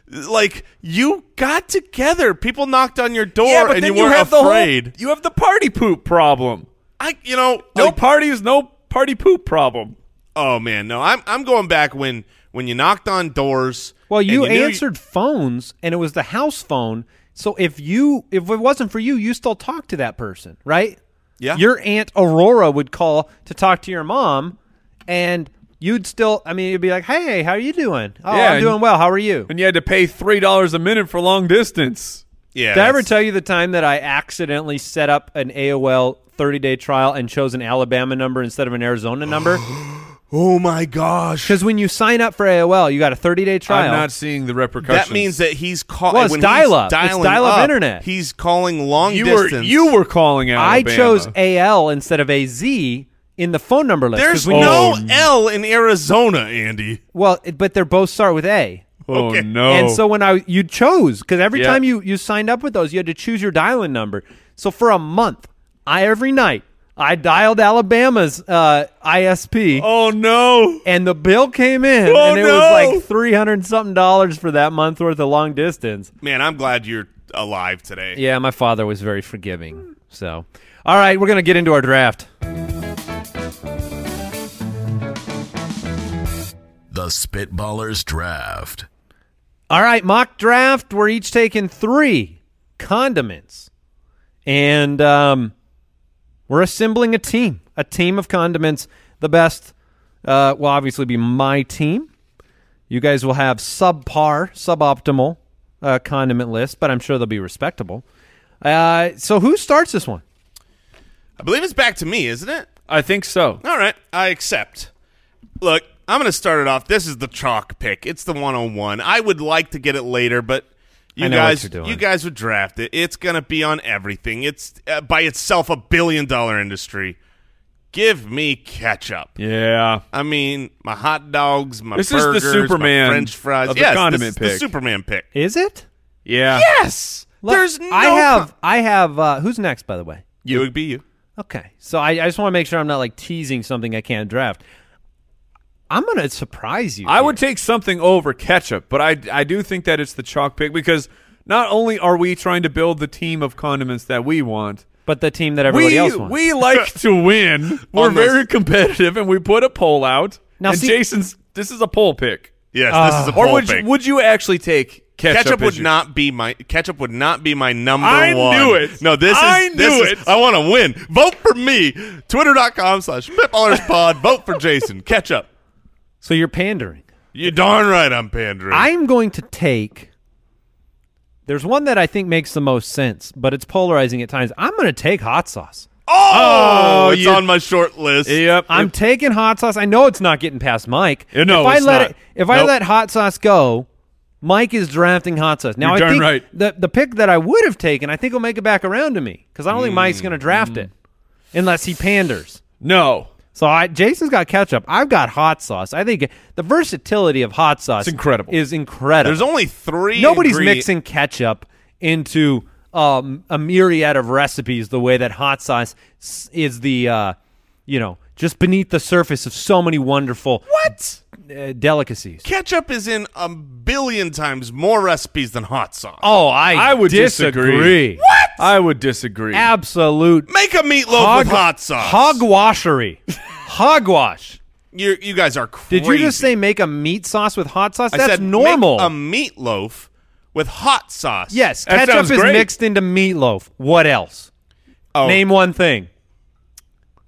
Speaker 4: like you got together, people knocked on your door,
Speaker 3: Yeah, but
Speaker 4: and
Speaker 3: then
Speaker 4: you weren't
Speaker 3: have
Speaker 4: afraid.
Speaker 3: The whole, you have the party poop problem.
Speaker 4: I, you know,
Speaker 3: No
Speaker 4: like-
Speaker 3: parties, no party poop problem.
Speaker 4: oh man, no, I'm I'm going back when when you knocked on doors.
Speaker 2: Well,
Speaker 4: and
Speaker 2: you,
Speaker 4: knew
Speaker 2: answered phones, and it was the house phone. So if you if it wasn't for you, you still talk to that person, right?
Speaker 4: Yeah.
Speaker 2: Your aunt Aurora would call to talk to your mom, and you'd still. I mean, you'd be like, "Hey, how are you doing? Oh,
Speaker 3: Yeah,
Speaker 2: I'm
Speaker 3: and-
Speaker 2: doing well. How are you?"
Speaker 3: And you had to pay three dollars a minute for long distance.
Speaker 4: yeah,
Speaker 2: Did I ever
Speaker 4: that's-
Speaker 2: tell you the time that I accidentally set up an AOL 30 day trial and chose an Alabama number instead of an Arizona number?
Speaker 4: oh my gosh,
Speaker 2: Because when you sign up for AOL, you got a 30 day trial.
Speaker 3: I'm not seeing the repercussions.
Speaker 4: that means that he's calling.
Speaker 2: Well, it's dial-up. It's dial-up internet.
Speaker 4: He's calling long
Speaker 3: you
Speaker 4: distance.
Speaker 3: were you were calling out.
Speaker 2: I chose AL instead of AZ in the phone number list. 'cause
Speaker 4: There's
Speaker 2: we
Speaker 4: no
Speaker 2: know-
Speaker 4: L in Arizona, Andy.
Speaker 2: well, it- but they're both start with A.
Speaker 3: Oh
Speaker 4: Okay.
Speaker 3: no!
Speaker 2: And so when I you chose because every
Speaker 3: Yeah.
Speaker 2: time you you signed up with those, you had to choose your dialing number. So for a month, I every night I dialed Alabama's uh, ISP.
Speaker 3: oh no!
Speaker 2: and the bill came in,
Speaker 3: Oh,
Speaker 2: and it
Speaker 3: no.
Speaker 2: was like three hundred something dollars for that month worth of long distance.
Speaker 4: Man, I'm glad you're alive today.
Speaker 2: Yeah, my father was very forgiving. So, all right, we're gonna get into our draft.
Speaker 1: The Spitballers Draft.
Speaker 2: All right, mock draft. We're each taking three condiments, and um, we're assembling a team, a team of condiments. The best uh, will obviously be my team. You guys will have subpar, suboptimal uh, condiment list, but I'm sure they'll be respectable. Uh, so, who starts this one?
Speaker 4: I believe it's back to me, isn't it?
Speaker 3: I think so.
Speaker 4: All right, I accept. Look, I'm going to start it off. This is the chalk pick. It's the 101. I would like to get it later, but you
Speaker 2: I know what
Speaker 4: guys
Speaker 2: you're doing.
Speaker 4: you guys would draft it. It's going to be on everything. It's uh, by itself a billion dollar industry. Give me ketchup.
Speaker 3: Yeah.
Speaker 4: I mean, my hot dogs, my
Speaker 3: This is the
Speaker 4: burgers,
Speaker 3: Superman
Speaker 4: my french fries.
Speaker 3: of the
Speaker 4: yes,
Speaker 3: condiment
Speaker 4: this is
Speaker 3: pick.
Speaker 4: the Superman pick.
Speaker 2: Is it?
Speaker 3: Yeah.
Speaker 4: Yes.
Speaker 2: Look,
Speaker 4: There's no
Speaker 2: I have.
Speaker 4: con-
Speaker 2: I have. Uh, who's next, by the way?
Speaker 4: you would be you.
Speaker 2: Okay. So I, I just want to make sure I'm not like teasing something I can't draft. I'm going to surprise you.
Speaker 3: I
Speaker 2: here.
Speaker 3: would take something over ketchup, but I I do think that it's the chalk pick because not only are we trying to build the team of condiments that we want,
Speaker 2: But the team that everybody
Speaker 3: we
Speaker 2: else wants.
Speaker 3: we like to win. We're
Speaker 4: On this-
Speaker 3: very competitive, and we put a poll out.
Speaker 2: Now,
Speaker 3: and
Speaker 2: see- Uh,
Speaker 3: Jason's this is a poll pick.
Speaker 4: Yes, this is a
Speaker 3: Ah. or
Speaker 4: poll
Speaker 3: would
Speaker 4: pick.
Speaker 3: you, would you actually take ketchup?
Speaker 4: Ketchup
Speaker 3: as
Speaker 4: would
Speaker 3: your-
Speaker 4: not be my ketchup would not be my number
Speaker 3: I
Speaker 4: one.
Speaker 3: knew it.
Speaker 4: No, this is
Speaker 3: I
Speaker 4: this
Speaker 3: knew
Speaker 4: is-
Speaker 3: it.
Speaker 4: I want to win. Vote for me. Twitter.com slash spitballerspod. Vote for Jason. Ketchup.
Speaker 2: so you're pandering.
Speaker 4: You darn right I'm pandering.
Speaker 2: I'm going to take. There's one that I think makes the most sense, but it's polarizing at times. I'm going to take hot sauce.
Speaker 4: oh,
Speaker 3: Oh,
Speaker 4: it's
Speaker 3: you-
Speaker 4: on my short list.
Speaker 3: Yep.
Speaker 2: Oh, I'm taking hot sauce. I know it's not getting past Mike.
Speaker 3: Yeah, no,
Speaker 2: if I
Speaker 3: it's
Speaker 2: let
Speaker 3: not.
Speaker 2: it, if I
Speaker 3: Nope.
Speaker 2: let hot sauce go, Mike is drafting hot sauce. Now
Speaker 3: You're
Speaker 2: I
Speaker 3: darn
Speaker 2: think
Speaker 3: right.
Speaker 2: the the pick that I would have taken, I think will make it back around to me because I don't think
Speaker 3: Hmm.
Speaker 2: Mike's going to draft it unless he panders.
Speaker 3: no.
Speaker 2: So I, Jason's got ketchup. I've got hot sauce. I think the versatility of hot sauce
Speaker 3: It's incredible.
Speaker 2: is incredible.
Speaker 4: There's only three.
Speaker 2: Nobody's
Speaker 4: ingredient-
Speaker 2: mixing ketchup into um, a myriad of recipes the way that hot sauce s- is the, uh, you know, just beneath the surface of so many wonderful
Speaker 4: What?
Speaker 2: uh, delicacies.
Speaker 4: Ketchup is in a billion times more recipes than hot sauce.
Speaker 2: Oh, I
Speaker 3: I would disagree.
Speaker 2: What?
Speaker 3: I would disagree.
Speaker 2: Absolute
Speaker 4: Make a meatloaf
Speaker 2: hog-
Speaker 4: with hot sauce.
Speaker 2: hogwashery, hogwash.
Speaker 4: you you guys are crazy.
Speaker 2: Did you just say make a meat sauce with hot sauce?
Speaker 4: I
Speaker 2: That's
Speaker 4: said make
Speaker 2: normal.
Speaker 4: a meatloaf with hot sauce?
Speaker 2: yes,
Speaker 3: That
Speaker 2: ketchup
Speaker 3: sounds
Speaker 2: is
Speaker 3: great.
Speaker 2: mixed into meatloaf. What else?
Speaker 4: Oh,
Speaker 2: Name one thing.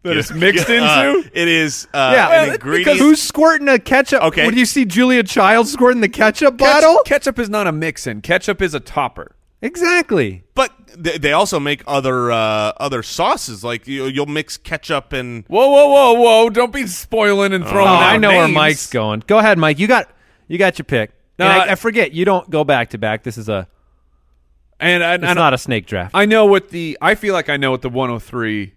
Speaker 3: that it's mixed
Speaker 4: Uh,
Speaker 3: into.
Speaker 4: it is uh,
Speaker 2: Yeah,
Speaker 4: an
Speaker 2: well,
Speaker 4: ingredient.
Speaker 2: because who's squirting a ketchup?
Speaker 4: Okay.
Speaker 2: What do you see Julia Child squirting the ketchup bottle?
Speaker 3: Ketchup, ketchup is not a mix-in. Ketchup is a topper.
Speaker 2: Exactly.
Speaker 4: but they, they also make other uh, other sauces. Like you, you'll mix ketchup and
Speaker 3: Whoa, whoa, whoa, whoa! Don't be spoiling and throwing.
Speaker 2: Oh,
Speaker 3: out
Speaker 2: I know where
Speaker 3: names.
Speaker 2: Mike's going. Go ahead, Mike. You got you got your pick.
Speaker 3: No,
Speaker 2: and I,
Speaker 3: I-
Speaker 2: I forget you don't go back to back. This is a
Speaker 3: And, and,
Speaker 2: it's
Speaker 3: and
Speaker 2: not a snake draft.
Speaker 3: I know what the I feel like I know what the 103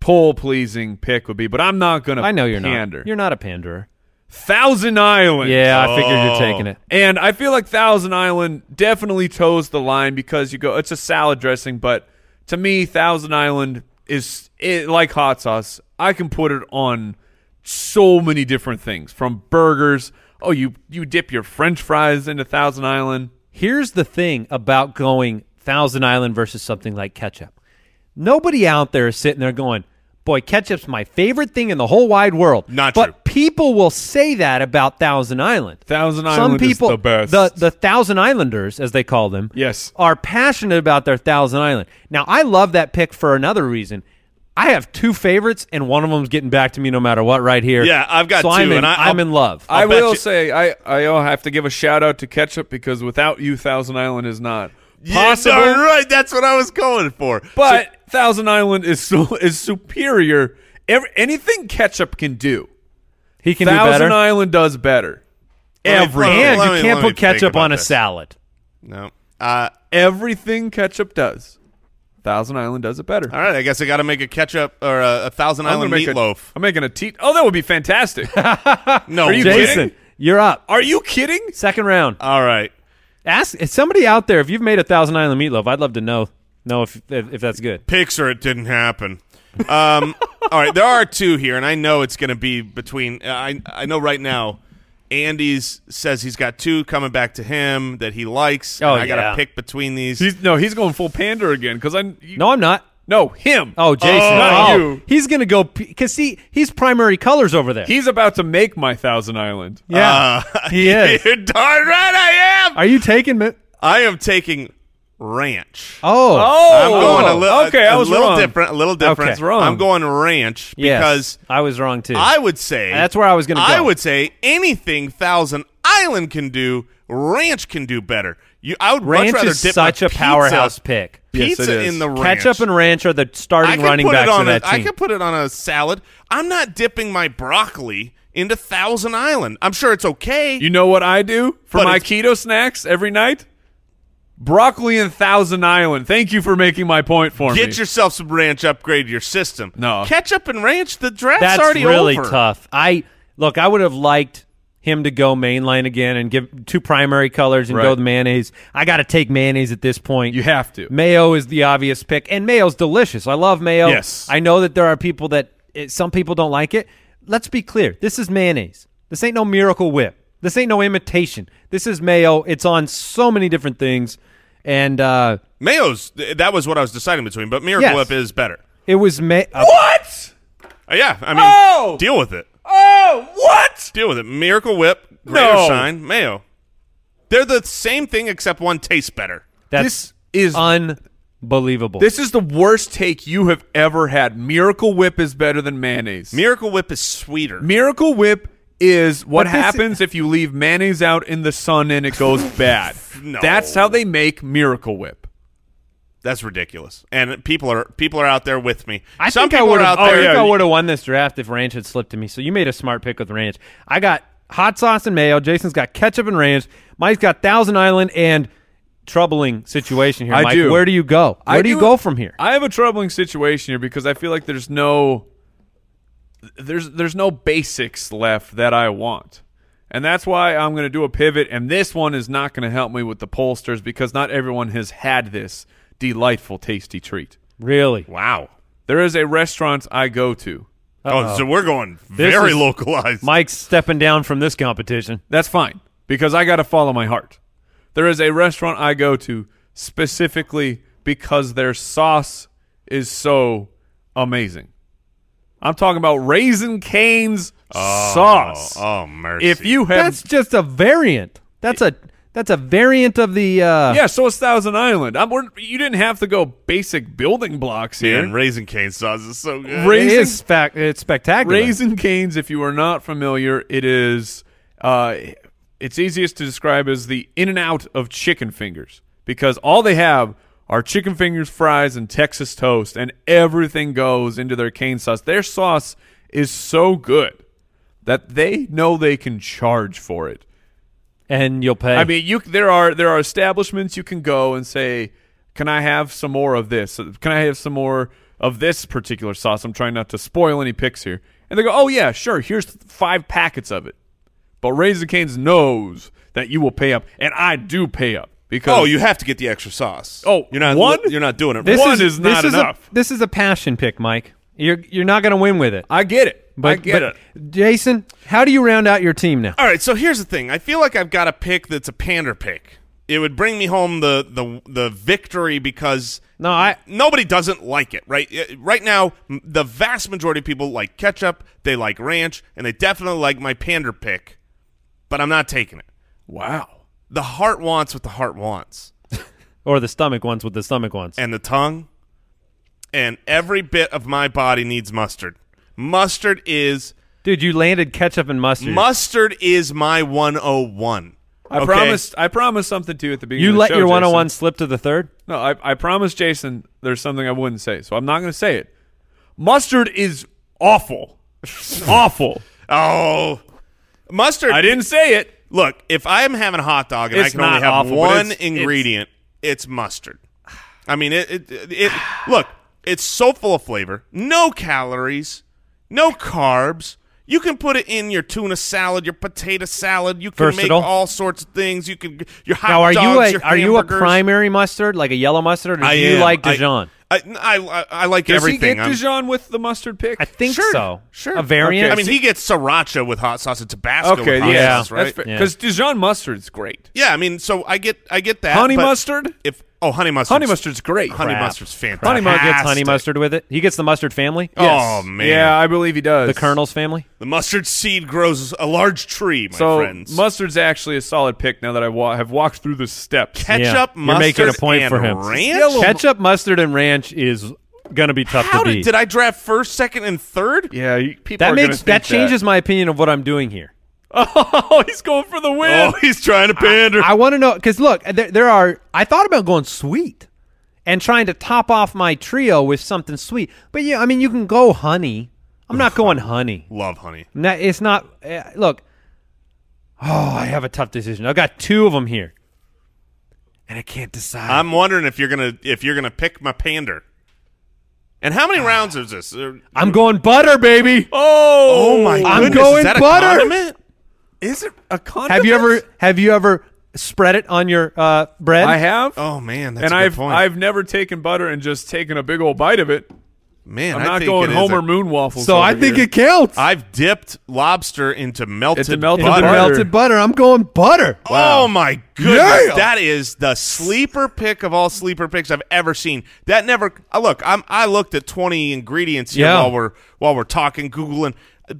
Speaker 3: poll pleasing pick would be, but I'm not gonna.
Speaker 2: I know you're
Speaker 3: pander.
Speaker 2: not. You're not a panderer.
Speaker 3: Thousand Island.
Speaker 2: Yeah, I figured you're taking it.
Speaker 3: And I feel like Thousand Island definitely toes the line because you go, it's a salad dressing, but to me, Thousand Island is it, like hot sauce. I can put it on so many different things, from burgers. Oh, you you dip your French fries into Thousand Island.
Speaker 2: Here's the thing about going Thousand Island versus something like ketchup. Nobody out there is sitting there going, "Boy, ketchup's my favorite thing in the whole wide world."
Speaker 4: Not
Speaker 2: but
Speaker 4: true.
Speaker 2: people will say that about Thousand Island.
Speaker 3: Thousand
Speaker 2: Some
Speaker 3: Island is
Speaker 2: people,
Speaker 3: the best.
Speaker 2: The, the Thousand Islanders, as they call them,
Speaker 3: Yes.
Speaker 2: are passionate about their Thousand Island. Now, I love that pick for another reason. I have two favorites, and one of them's getting back to me no matter what. Right here,
Speaker 4: Yeah, I've got
Speaker 2: so I'm
Speaker 4: two,
Speaker 2: in,
Speaker 4: and I-
Speaker 2: am
Speaker 4: I'll-
Speaker 2: in love.
Speaker 3: i
Speaker 4: I'll bet
Speaker 3: will
Speaker 4: you-
Speaker 3: say I I will have to give a shout out to ketchup because without you, Thousand Island is not possible.
Speaker 4: Yeah, darn right. That's what I was going for.
Speaker 3: But Thousand Island is so is superior. Every, anything ketchup can do,
Speaker 2: he can do
Speaker 3: Thousand
Speaker 2: better,
Speaker 3: Island does better.
Speaker 4: Let me-
Speaker 3: Every
Speaker 4: let me-
Speaker 2: and
Speaker 4: let
Speaker 2: you
Speaker 4: me-
Speaker 2: can't
Speaker 4: let me
Speaker 2: put
Speaker 4: think
Speaker 2: ketchup
Speaker 4: about
Speaker 2: on a
Speaker 4: this.
Speaker 2: salad.
Speaker 4: No. Uh,
Speaker 3: everything ketchup does, Thousand Island does it better.
Speaker 4: all right. I guess I got to make a ketchup or a, a Thousand
Speaker 3: I'm
Speaker 4: Island
Speaker 3: gonna make
Speaker 4: meatloaf.
Speaker 3: A, I'm making a teat. Oh, that would be fantastic.
Speaker 4: no,
Speaker 3: you
Speaker 4: kidding?
Speaker 2: Jason, you're up.
Speaker 3: Are you kidding?
Speaker 2: Second round.
Speaker 4: All right.
Speaker 2: Ask if somebody out there if you've made a Thousand Island meatloaf. I'd love to know know if if, if that's good.
Speaker 4: Picture it didn't happen. Um, all right, there are two here, and I know it's going to be between. I I know right now, Andy's says he's got two coming back to him that he likes.
Speaker 2: Oh,
Speaker 4: and I got
Speaker 2: yeah.
Speaker 4: to pick between these.
Speaker 3: He's no, he's going full pander again because I you-
Speaker 2: No, I'm not.
Speaker 3: no him.
Speaker 2: Oh, Jason,
Speaker 3: not
Speaker 2: Oh,
Speaker 3: you.
Speaker 2: he's gonna go because see he's primary colors over there.
Speaker 3: He's about to make my Thousand Island.
Speaker 2: yeah,
Speaker 4: Uh,
Speaker 2: he is.
Speaker 4: You're darn right, I am.
Speaker 2: Are you taking oh. it?
Speaker 4: I am taking ranch.
Speaker 2: Oh,
Speaker 4: I'm going a little.
Speaker 3: Okay,
Speaker 4: a,
Speaker 3: I was
Speaker 4: little
Speaker 3: wrong.
Speaker 4: different. A little
Speaker 2: Okay.
Speaker 4: different.
Speaker 2: That's wrong.
Speaker 4: I'm going ranch
Speaker 2: yes.
Speaker 4: because
Speaker 2: I was wrong too.
Speaker 4: I would say
Speaker 2: That's where I was gonna
Speaker 4: I
Speaker 2: go.
Speaker 4: would say anything Thousand Island can do, Ranch can do better. You, I would much
Speaker 2: ranch
Speaker 4: rather
Speaker 2: is
Speaker 4: dip
Speaker 2: such
Speaker 4: my
Speaker 2: a powerhouse
Speaker 4: pizza,
Speaker 2: pick.
Speaker 3: Yes, it
Speaker 4: Pizza
Speaker 3: is.
Speaker 4: in the ranch.
Speaker 2: Ketchup and ranch are the
Speaker 4: I
Speaker 2: starting
Speaker 4: can
Speaker 2: running
Speaker 4: put it
Speaker 2: backs
Speaker 4: on
Speaker 2: of that
Speaker 4: a, I
Speaker 2: team.
Speaker 4: can put it on a salad. I'm not dipping my broccoli into Thousand Island. I'm sure it's okay.
Speaker 3: You know what I do for
Speaker 4: But
Speaker 3: my
Speaker 4: it's-
Speaker 3: keto snacks every night? Broccoli and Thousand Island. Thank you for making my point for me.
Speaker 4: Get yourself some ranch, upgrade your system.
Speaker 3: No.
Speaker 4: ketchup and ranch. The draft's
Speaker 2: That's
Speaker 4: already
Speaker 2: really
Speaker 4: over.
Speaker 2: tough. I look. I would have liked him to go mainline again and give two primary colors and
Speaker 3: Right.
Speaker 2: go with mayonnaise. I got to take mayonnaise at this point.
Speaker 3: You have to.
Speaker 2: Mayo is the obvious pick, and mayo's delicious. I love mayo.
Speaker 3: Yes.
Speaker 2: I know that there are people that it, some people don't like it. Let's be clear. This is mayonnaise. This ain't no miracle whip. This ain't no imitation. This is mayo. It's on so many different things, and uh,
Speaker 4: Mayo's. That was what I was deciding between, but Miracle
Speaker 2: Yes.
Speaker 4: Whip is better.
Speaker 2: it was may. uh,
Speaker 3: what?
Speaker 4: Uh, yeah, I mean,
Speaker 3: Oh!
Speaker 4: deal with it.
Speaker 3: Oh, what?
Speaker 4: Deal with it. Miracle Whip, Greater Shine, Mayo. They're the same thing except one tastes better.
Speaker 2: that's
Speaker 3: this is
Speaker 2: unbelievable.
Speaker 3: this is the worst take you have ever had. Miracle Whip is better than mayonnaise.
Speaker 4: Miracle Whip is sweeter.
Speaker 3: Miracle Whip is what
Speaker 2: But this-
Speaker 3: happens if you leave mayonnaise out in the sun and it goes bad.
Speaker 4: No.
Speaker 3: That's how they make Miracle Whip.
Speaker 4: That's ridiculous. And people are people are out there with me.
Speaker 2: I
Speaker 4: Some
Speaker 2: think I
Speaker 4: people
Speaker 2: would
Speaker 4: are
Speaker 2: have.
Speaker 4: out
Speaker 2: I
Speaker 4: there.
Speaker 2: think I would have won this draft if ranch had slipped to me. So you made a smart pick with ranch. I got hot sauce and mayo. Jason's got ketchup and ranch. Mike's got Thousand Island and troubling situation here.
Speaker 3: I
Speaker 2: Mike,
Speaker 3: do.
Speaker 2: where do you go? Where
Speaker 3: I
Speaker 2: do you go from here?
Speaker 3: I have a troubling situation here because I feel like there's no there's there's no basics left that I want. And that's why I'm going to do a pivot and this one is not going to help me with the pollsters because not everyone has had this delightful tasty treat.
Speaker 2: really?
Speaker 4: wow.
Speaker 3: There is a restaurant I go to.
Speaker 4: Oh, so we're going
Speaker 2: This
Speaker 4: very
Speaker 2: is-
Speaker 4: localized.
Speaker 2: Mike's stepping down from this competition.
Speaker 3: That's fine because I got to follow my heart. There is a restaurant I go to specifically because their sauce is so amazing. I'm talking about Raisin Cane's sauce.
Speaker 4: Oh, oh, mercy.
Speaker 3: if you have
Speaker 2: That's just a variant. That's a that's a variant of the. Uh,
Speaker 3: yeah, so it's Thousand Island. I'm, we're, you didn't have to go basic building blocks here.
Speaker 4: and raisin cane sauce is so good.
Speaker 3: Ra-
Speaker 2: It
Speaker 3: Raisin-
Speaker 2: is fact. It's spectacular.
Speaker 3: Raisin Canes, if you are not familiar, it is uh, it's easiest to describe as the in and out of chicken fingers because all they have are chicken fingers, fries, and Texas toast, and everything goes into their cane sauce. Their sauce is so good that they know they can charge for it.
Speaker 2: and you'll pay.
Speaker 3: I mean, you there are there are establishments you can go and say, "Can I have some more of this? Can I have some more of this particular sauce?" I'm trying not to spoil any picks here, and they go, "Oh yeah, sure. Here's five packets of it." But Raisin Cane's knows that you will pay up, and I do pay up because
Speaker 4: Oh, you have to get the extra sauce.
Speaker 3: Oh,
Speaker 4: you're not
Speaker 3: one?
Speaker 4: You're not doing it.
Speaker 3: This
Speaker 4: right.
Speaker 3: One is not
Speaker 2: this Is
Speaker 3: enough.
Speaker 2: a, this is a passion pick, Mike. You're you're not going to win with it.
Speaker 3: I get it.
Speaker 2: but,
Speaker 3: I get
Speaker 2: but
Speaker 3: it.
Speaker 2: Jason, how do you round out your team now?
Speaker 4: All right, so here's the thing. I feel like I've got a pick that's a pander pick. It would bring me home the the the victory because
Speaker 2: No, I-
Speaker 4: nobody doesn't like it, right? Uh, Right now, m- the vast majority of people like ketchup, they like ranch, and they definitely like my pander pick. But I'm not taking it.
Speaker 3: Wow.
Speaker 4: The heart wants what the heart wants,
Speaker 2: Or the stomach ones with the stomach ones.
Speaker 4: and the tongue, and every bit of my body needs mustard. Mustard is
Speaker 2: Dude, you landed ketchup and mustard.
Speaker 4: mustard is my 101.
Speaker 3: I
Speaker 4: Okay?
Speaker 3: promised. I promised something to you at the beginning.
Speaker 2: you
Speaker 3: of the
Speaker 2: let
Speaker 3: show,
Speaker 2: your
Speaker 3: Jason.
Speaker 2: 101 slip to the third?
Speaker 3: No, I, I promised Jason there's something I wouldn't say, so I'm not going to say it. Mustard is awful, awful.
Speaker 4: Oh, mustard.
Speaker 3: I didn't say it.
Speaker 4: Look, if I'm having a hot dog and I
Speaker 3: It's
Speaker 4: can only
Speaker 3: not
Speaker 4: have
Speaker 3: awful, but
Speaker 4: one
Speaker 3: it's- it's-
Speaker 4: ingredient, it's, mustard. I mean, it, it, it, it- Look, it's so full of flavor, no calories, no carbs. You can put it in your tuna salad, your potato salad. You can
Speaker 2: Versatile.
Speaker 4: make all sorts of things. You can your hot
Speaker 2: Now, are
Speaker 4: dogs.
Speaker 2: you a,
Speaker 4: your
Speaker 2: are you a
Speaker 4: hamburgers.
Speaker 2: primary mustard, like a yellow mustard, or do
Speaker 4: I
Speaker 2: you
Speaker 4: am.
Speaker 2: like
Speaker 4: I-
Speaker 2: Dijon?
Speaker 4: I, I, I, I like
Speaker 3: Does
Speaker 4: everything.
Speaker 3: he get
Speaker 4: I'm-
Speaker 3: Dijon with the mustard pick?
Speaker 2: I think
Speaker 4: Sure,
Speaker 2: so.
Speaker 4: Sure,
Speaker 2: A variant.
Speaker 4: I mean, he gets sriracha with hot sauce and Tabasco.
Speaker 3: okay,
Speaker 4: with hot
Speaker 3: yeah,
Speaker 4: sauce, right?
Speaker 2: Yeah.
Speaker 3: Because Dijon mustard's great.
Speaker 4: Yeah, I mean, so I get I get that.
Speaker 3: Honey
Speaker 4: but
Speaker 3: mustard?
Speaker 4: If oh, honey mustard.
Speaker 3: Honey mustard's great.
Speaker 4: Honey
Speaker 2: Crap.
Speaker 4: mustard's fantastic.
Speaker 2: honey mustard gets honey mustard with it. He gets the mustard family.
Speaker 4: Oh man,
Speaker 3: Yeah, I believe he does.
Speaker 2: the Colonel's family.
Speaker 4: the mustard seed grows a large tree, my
Speaker 3: So
Speaker 4: friends.
Speaker 3: mustard's actually a solid pick now that I wa- have walked through the steps.
Speaker 4: ketchup,
Speaker 2: Yeah.
Speaker 4: mustard,
Speaker 2: You're making a point
Speaker 4: and
Speaker 2: for him.
Speaker 4: Ranch.
Speaker 2: Ketchup, mustard, and ranch is gonna be tough
Speaker 4: How
Speaker 2: to
Speaker 4: did,
Speaker 2: beat.
Speaker 4: did I draft first, second, and third?
Speaker 3: yeah, you, people
Speaker 2: that
Speaker 3: are gonna
Speaker 2: makes
Speaker 3: think
Speaker 2: that changes my opinion of what I'm doing here.
Speaker 3: Oh, he's going for the win.
Speaker 4: Oh, he's trying to pander.
Speaker 2: I want to know because look, uh, there, there are. I thought about going sweet and trying to top off my trio with something sweet, but yeah, I mean you can go honey. I'm not going honey.
Speaker 4: Love honey.
Speaker 2: No, it's not. Uh, look, oh, I have a tough decision. I've got two of them here, and I can't decide.
Speaker 4: I'm wondering if you're gonna if you're gonna pick my pander. And how many rounds is this? Uh,
Speaker 3: Oh
Speaker 2: I'm going butter, baby.
Speaker 4: Oh my
Speaker 2: I'm
Speaker 4: goodness!
Speaker 2: going
Speaker 4: is that
Speaker 2: butter.
Speaker 4: A condiment?
Speaker 3: Is it a condiment?
Speaker 2: Have you ever? Have you ever spread it on your uh, bread?
Speaker 3: I have.
Speaker 4: Oh man, that's
Speaker 3: and
Speaker 4: a good
Speaker 3: I've
Speaker 4: point.
Speaker 3: I've never taken butter and just taken a big old bite of it.
Speaker 4: man,
Speaker 3: I'm
Speaker 4: I
Speaker 3: not
Speaker 4: think
Speaker 3: going
Speaker 4: it is
Speaker 3: Homer
Speaker 4: a-
Speaker 3: Moon waffles.
Speaker 2: so I
Speaker 3: over
Speaker 2: think
Speaker 3: here.
Speaker 2: it counts.
Speaker 4: I've dipped lobster into melted,
Speaker 3: Into melted
Speaker 4: butter.
Speaker 2: Into melted butter. I'm going butter.
Speaker 4: Oh my goodness!
Speaker 2: Yeah.
Speaker 4: That is the sleeper pick of all sleeper picks I've ever seen. That never uh, look. I'm I looked at twenty ingredients here
Speaker 2: Yeah.
Speaker 4: while we're while we're talking, googling.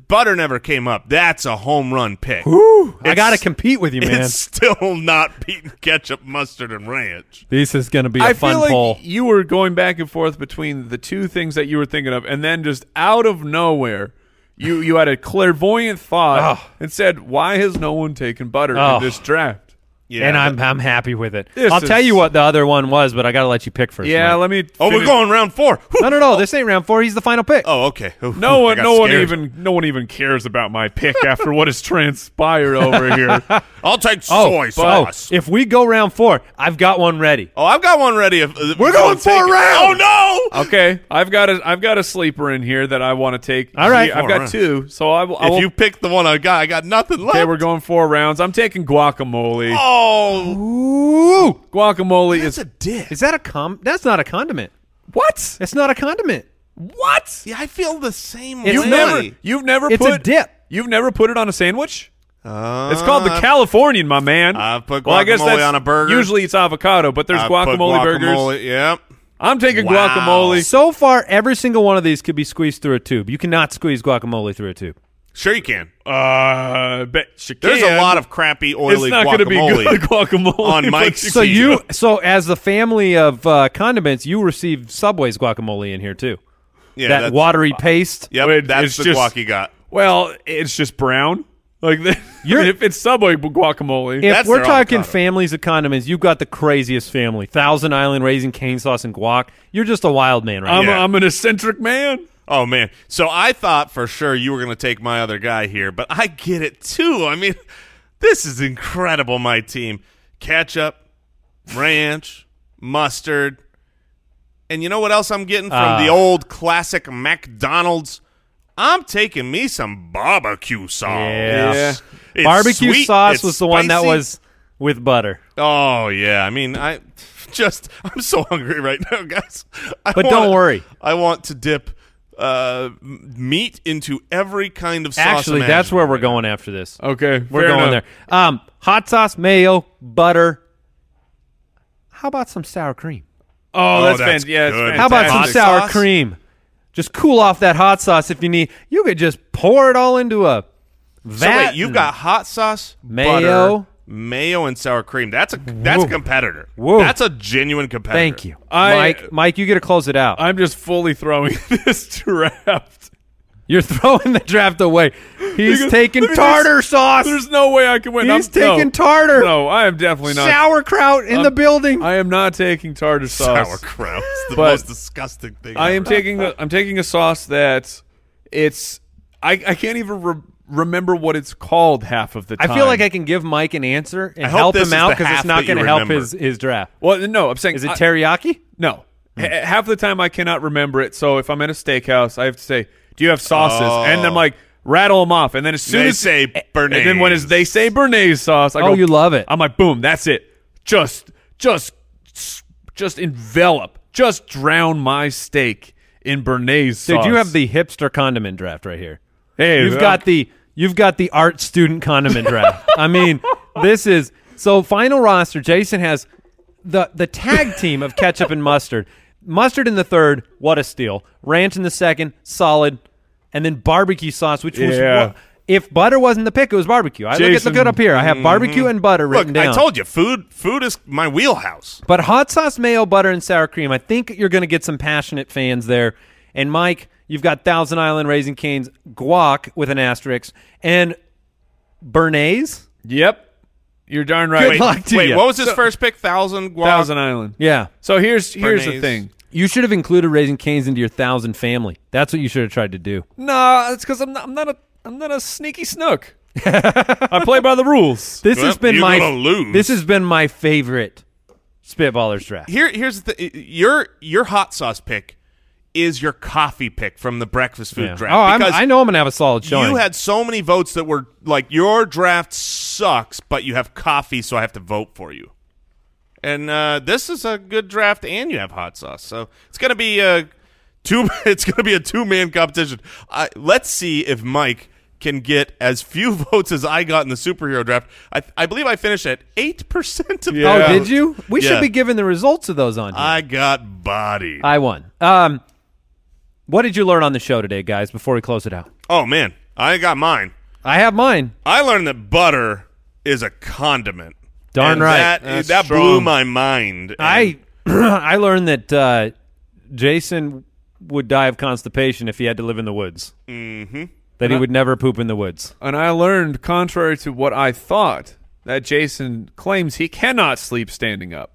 Speaker 4: Butter never came up. That's a home run pick.
Speaker 2: I got to compete with you, man.
Speaker 4: It's still not beating ketchup, mustard, and ranch.
Speaker 2: This is going to be a
Speaker 3: I
Speaker 2: fun
Speaker 3: feel like
Speaker 2: poll.
Speaker 3: you were going back and forth between the two things that you were thinking of, and then just out of nowhere, you you had a clairvoyant thought
Speaker 4: Ah.
Speaker 2: Ugh.
Speaker 3: and said, "Why has no one taken butter
Speaker 2: Ugh.
Speaker 3: in this draft?"
Speaker 4: Yeah.
Speaker 2: and I'm I'm happy with it.
Speaker 3: This
Speaker 2: I'll tell
Speaker 3: is-
Speaker 2: you what the other one was, but I got to let you pick first.
Speaker 3: Yeah,
Speaker 2: Mike.
Speaker 3: let me.
Speaker 4: oh, we're
Speaker 3: finish-
Speaker 4: going round four. Whew.
Speaker 2: no, no, no. This ain't round four. He's the final pick.
Speaker 4: Oh, okay. Ooh,
Speaker 3: No
Speaker 4: I
Speaker 3: one,
Speaker 4: got
Speaker 3: no one
Speaker 4: scared.
Speaker 3: even, no one even cares about my pick after what has transpired over here.
Speaker 4: I'll take
Speaker 2: Oh,
Speaker 4: soy
Speaker 2: oh,
Speaker 4: sauce.
Speaker 2: if we go round four, I've got one ready.
Speaker 4: Oh, I've got one ready. If, uh,
Speaker 2: We're going
Speaker 4: take
Speaker 2: four
Speaker 4: it.
Speaker 2: rounds.
Speaker 4: Oh no!
Speaker 3: Okay, I've got a, I've got a sleeper in here that I want to take.
Speaker 2: All right.
Speaker 3: I've
Speaker 4: Four
Speaker 3: got
Speaker 4: rounds.
Speaker 3: two, so I will. I will
Speaker 4: If you pick the one I got, I got nothing left.
Speaker 3: okay, Oh. we're going four rounds. I'm taking guacamole.
Speaker 4: Oh,
Speaker 2: Ooh,
Speaker 3: guacamole is
Speaker 4: it's a dick.
Speaker 2: is that a com? That's not a condiment.
Speaker 3: what?
Speaker 2: That's not a condiment.
Speaker 3: What?
Speaker 4: Yeah, I feel the same
Speaker 2: It's
Speaker 3: You've
Speaker 4: way.
Speaker 2: not.
Speaker 3: never, you've never
Speaker 2: It's a
Speaker 3: put
Speaker 2: dip.
Speaker 3: You've never put it on a sandwich.
Speaker 4: Uh,
Speaker 3: It's called the Californian, my man.
Speaker 4: I've put
Speaker 3: well, I guess
Speaker 4: guacamole
Speaker 3: that's
Speaker 4: on a burger.
Speaker 3: Usually it's avocado, but there's
Speaker 4: I put
Speaker 3: guacamole, burgers.
Speaker 4: guacamole- Yep.
Speaker 3: I'm taking
Speaker 4: Wow.
Speaker 3: guacamole.
Speaker 2: So far, every single one of these could be squeezed through a tube. You cannot squeeze guacamole through a tube.
Speaker 4: Sure, you can.
Speaker 3: Uh, bet you
Speaker 4: There's
Speaker 3: can.
Speaker 4: a lot of crappy
Speaker 3: It's
Speaker 4: oily
Speaker 3: not going to be
Speaker 4: guacamole.
Speaker 3: good guacamole
Speaker 4: on
Speaker 3: but
Speaker 4: Mike's
Speaker 3: you
Speaker 2: So
Speaker 4: Easy.
Speaker 2: you, so as the family of uh, condiments, you receive Subway's guacamole in here too.
Speaker 4: Yeah,
Speaker 2: that
Speaker 4: that's-
Speaker 2: watery paste.
Speaker 4: Yep,
Speaker 3: Wait,
Speaker 4: that's
Speaker 3: it's
Speaker 4: the
Speaker 3: just-
Speaker 4: guac you got.
Speaker 3: Well, it's just brown. Like the,
Speaker 2: You're-
Speaker 3: if it's Subway guacamole,
Speaker 2: If
Speaker 4: That's
Speaker 2: we're
Speaker 4: their
Speaker 2: talking
Speaker 4: avocado.
Speaker 2: families of condiments, you've got the craziest family. Thousand Island raisin cane sauce and guac. You're just a wild man right
Speaker 3: I'm,
Speaker 2: now.
Speaker 4: Yeah.
Speaker 3: I'm an eccentric man.
Speaker 4: Oh man! So I thought for sure you were going to take my other guy here, but I get it too. I mean, this is incredible. My team: ketchup, ranch, mustard, and you know what else I'm getting from the
Speaker 2: Uh.
Speaker 4: old classic McDonald's? I'm taking me some barbecue sauce.
Speaker 2: Yeah.
Speaker 4: It's
Speaker 2: Barbecue
Speaker 4: sweet,
Speaker 2: sauce
Speaker 4: it's
Speaker 2: was the one that
Speaker 4: spicy.
Speaker 2: was with butter.
Speaker 4: Oh yeah, I mean, I just I'm so hungry right now, guys. I
Speaker 2: But don't worry.
Speaker 4: I want to dip uh, m- meat into every kind of sauce.
Speaker 2: Actually, that's
Speaker 4: imaginable.
Speaker 2: where we're going after this.
Speaker 4: Oh,
Speaker 3: Okay,
Speaker 2: We're going there. Um, hot sauce, mayo, butter. How about some sour cream?
Speaker 3: Oh, that's,
Speaker 4: that's
Speaker 3: fan- yeah, that's
Speaker 4: good.
Speaker 3: fantastic.
Speaker 2: How about some
Speaker 4: Hot
Speaker 2: sour
Speaker 4: sauce?
Speaker 2: cream? Just cool off that hot sauce if you need. You could just pour it all into a
Speaker 4: So
Speaker 2: vat.
Speaker 4: wait, you've got hot sauce,
Speaker 2: Mayo.
Speaker 4: butter, mayo, and sour cream. That's a that's a competitor.
Speaker 2: Whoa.
Speaker 4: That's a genuine competitor.
Speaker 2: Thank you,
Speaker 3: I-
Speaker 2: Mike. Mike, you get to close it out.
Speaker 3: I'm just fully throwing this draft.
Speaker 2: You're throwing the draft away. He's
Speaker 3: Because-
Speaker 2: taking
Speaker 3: I mean,
Speaker 2: tartar
Speaker 3: there's-
Speaker 2: sauce,
Speaker 3: There's no way I can win.
Speaker 2: He's
Speaker 3: I'm- no.
Speaker 2: taking tartar.
Speaker 3: No, I am definitely not.
Speaker 2: sauerkraut in
Speaker 3: I'm-
Speaker 4: Um,
Speaker 2: the building.
Speaker 3: I am not taking tartar sauce.
Speaker 4: sauerkraut. It's the
Speaker 3: But-
Speaker 4: most disgusting thing.
Speaker 3: I am
Speaker 4: ever.
Speaker 3: taking the, I'm taking a sauce that it's I, I can't even re- remember what it's called half of the
Speaker 2: I
Speaker 3: time.
Speaker 2: feel like I can give Mike an answer and
Speaker 4: I hope
Speaker 2: help
Speaker 4: this
Speaker 2: him
Speaker 4: is
Speaker 2: out
Speaker 4: the
Speaker 2: because
Speaker 4: half
Speaker 2: it's not
Speaker 4: that you
Speaker 2: going to help
Speaker 4: remember.
Speaker 2: his, his draft.
Speaker 3: Well, no, I'm saying
Speaker 2: Is it Hmm.
Speaker 3: I-
Speaker 2: teriyaki?
Speaker 3: No, H- half the time I cannot remember it. So if I'm at a steakhouse, I have to say, "Do you have sauces?" And
Speaker 2: Oh.
Speaker 3: I'm like, rattle them off, and then as soon
Speaker 4: They
Speaker 3: as
Speaker 4: say
Speaker 3: and then when is
Speaker 4: Bernays.
Speaker 3: they say Bernays sauce, I
Speaker 2: Oh,
Speaker 3: go,
Speaker 2: you love it.
Speaker 3: I'm like, boom, that's it. Just, just, just envelop, just drown my steak in Bernays
Speaker 2: Dude,
Speaker 3: sauce.
Speaker 2: you have the hipster condiment draft right here.
Speaker 3: Hey,
Speaker 2: you've
Speaker 3: well-
Speaker 2: got the you've got the art student condiment draft. I mean, this is so final roster. Jason has the the tag team of ketchup and mustard. Mustard in the third, what a steal. Ranch in the second, solid, and then barbecue sauce, which
Speaker 3: Yeah.
Speaker 2: was if butter wasn't the pick, it was barbecue. I look at the
Speaker 3: Jason- mm-hmm.
Speaker 2: good up here. I have barbecue and butter
Speaker 4: Look,
Speaker 2: written down.
Speaker 4: I told you, food food is my wheelhouse.
Speaker 2: But hot sauce, mayo, butter, and sour cream. I think you're going to get some passionate fans there. And Mike, you've got Thousand Island Raising Canes guac with an asterisk and Bernays.
Speaker 3: yep, you're darn right.
Speaker 2: Good
Speaker 4: Wait,
Speaker 2: luck to
Speaker 4: wait,
Speaker 2: you.
Speaker 4: what was his first pick? Thousand guac.
Speaker 3: Thousand Island.
Speaker 2: Yeah,
Speaker 3: So here's here's the
Speaker 4: Bernays.
Speaker 3: thing.
Speaker 2: you should have included Raising Canes into your thousand family. That's what you should have tried to do.
Speaker 3: Nah, it's because I'm not, I'm not a I'm not a sneaky snook. I play by the rules.
Speaker 2: This
Speaker 4: Well,
Speaker 2: has been
Speaker 4: you're
Speaker 2: my
Speaker 4: gonna lose.
Speaker 2: this has been my favorite spitballers draft.
Speaker 4: Here, here's the thi- your your hot sauce pick is your coffee pick from the breakfast food
Speaker 2: Yeah.
Speaker 4: draft.
Speaker 2: oh, I'm,
Speaker 4: because
Speaker 2: I know I'm gonna have a solid showing.
Speaker 4: You had so many votes that were like your draft sucks, but you have coffee, so I have to vote for you. And uh, this is a good draft, and you have hot sauce, so it's gonna be a two. It's gonna be a two man competition. I let's see if Mike can get as few votes as I got in the superhero draft. I, I believe I finished at eight percent of. the
Speaker 2: oh,
Speaker 4: votes.
Speaker 2: did you? We
Speaker 4: Yeah.
Speaker 2: should be giving the results of those on. Here.
Speaker 4: I got bodied.
Speaker 2: I won. Um, what did you learn on the show today, guys? Before we close it out,
Speaker 4: oh man, I got mine.
Speaker 2: I have mine.
Speaker 4: I learned that butter is a condiment.
Speaker 2: Darn
Speaker 4: And
Speaker 2: right.
Speaker 4: That,
Speaker 3: That's
Speaker 4: that
Speaker 3: strong.
Speaker 4: blew my mind. And
Speaker 2: I I learned that uh, Jason would die of constipation if he had to live in the woods. Mm-hmm. That he would never poop in the woods.
Speaker 3: And I learned, contrary to what I thought, that Jason claims he cannot sleep standing up.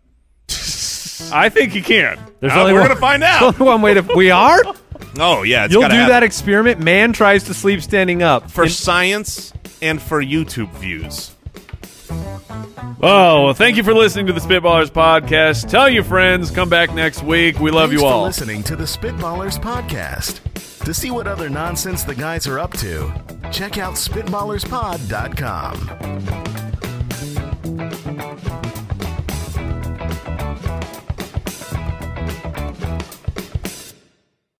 Speaker 3: I think he can.
Speaker 2: There's
Speaker 4: Uh,
Speaker 2: only
Speaker 4: we're
Speaker 2: one,
Speaker 4: gonna find out.
Speaker 2: there's only one way to. We are.
Speaker 4: oh yeah, it's
Speaker 2: You'll do
Speaker 4: gotta happen.
Speaker 2: that experiment. Man tries to sleep standing up.
Speaker 4: for
Speaker 2: And-
Speaker 4: science and for YouTube views.
Speaker 3: Oh, well, thank you for listening to the Spitballers podcast. Tell your friends, come back next week. We love
Speaker 1: Thanks
Speaker 3: you
Speaker 1: for
Speaker 3: all.
Speaker 1: listening to the Spitballers podcast. To see what other nonsense the guys are up to, check out spitballerspod.com.